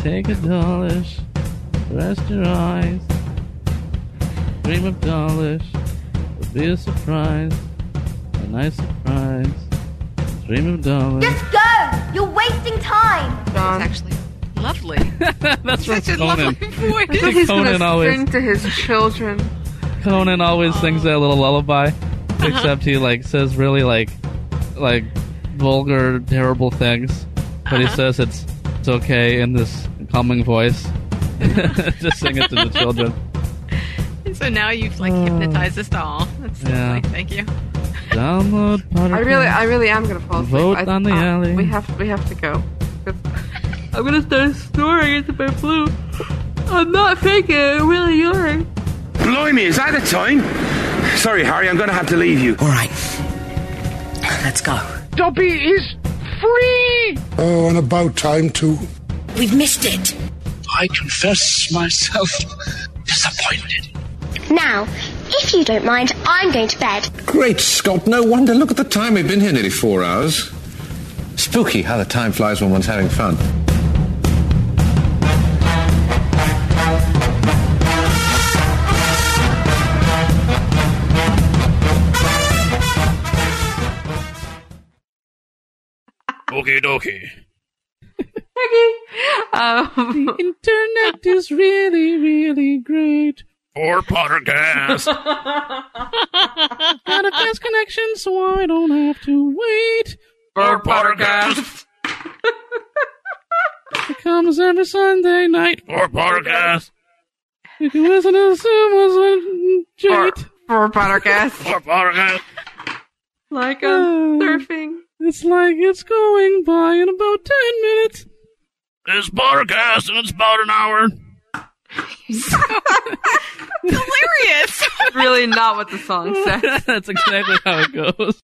Speaker 7: Take a dollars. Rest your eyes. Dream of dollars. It'll be a surprise. A nice surprise. Dream of dollars.
Speaker 22: Go! You're wasting time!
Speaker 4: John.
Speaker 6: actually lovely.
Speaker 7: That's from
Speaker 6: Such a
Speaker 7: Conan.
Speaker 6: lovely voice.
Speaker 7: That's what he's Conan gonna always- sing
Speaker 4: to his children.
Speaker 7: Conan always sings that little lullaby, except he like says really like like vulgar, terrible things, but he says it's it's okay in this calming voice. Just sing it to the children. Hmm.
Speaker 6: So now you've like hypnotized us all. That's
Speaker 7: Yeah.
Speaker 6: lovely. Thank you.
Speaker 7: Download. Potter
Speaker 4: I really, I really am gonna fall asleep.
Speaker 7: Vote
Speaker 4: I-
Speaker 7: on the
Speaker 4: uh,
Speaker 7: alley.
Speaker 4: We have, we have to go. I'm gonna start snoring into my blue. I'm not faking. I'm really yawning.
Speaker 27: Blimey, is that the time? Sorry, Harry, I'm going to have to leave you. All right.
Speaker 20: Let's go.
Speaker 11: Dobby is free!
Speaker 26: Oh, and about time too.
Speaker 20: We've missed it.
Speaker 11: I confess myself disappointed.
Speaker 22: Now, if you don't mind, I'm going to bed.
Speaker 28: Great Scott, no wonder. Look at the time. We've been here nearly four hours. Spooky how the time flies when one's having fun.
Speaker 3: Okie dokie.
Speaker 4: Um,
Speaker 7: the internet is really, really great.
Speaker 3: For Pottercast.
Speaker 7: Got a fast connection, so I don't have to wait.
Speaker 3: For Pottercast.
Speaker 7: It comes every Sunday night.
Speaker 3: For Pottercast.
Speaker 7: You can listen to the Sumas Jate.
Speaker 4: For Pottercast.
Speaker 3: For Pottercast.
Speaker 4: Like I'm surfing.
Speaker 7: Um, It's like it's going by in about 10 minutes.
Speaker 3: It's Pottercast and it's about an hour.
Speaker 4: Hilarious. really not what the song says.
Speaker 7: That's exactly how it goes.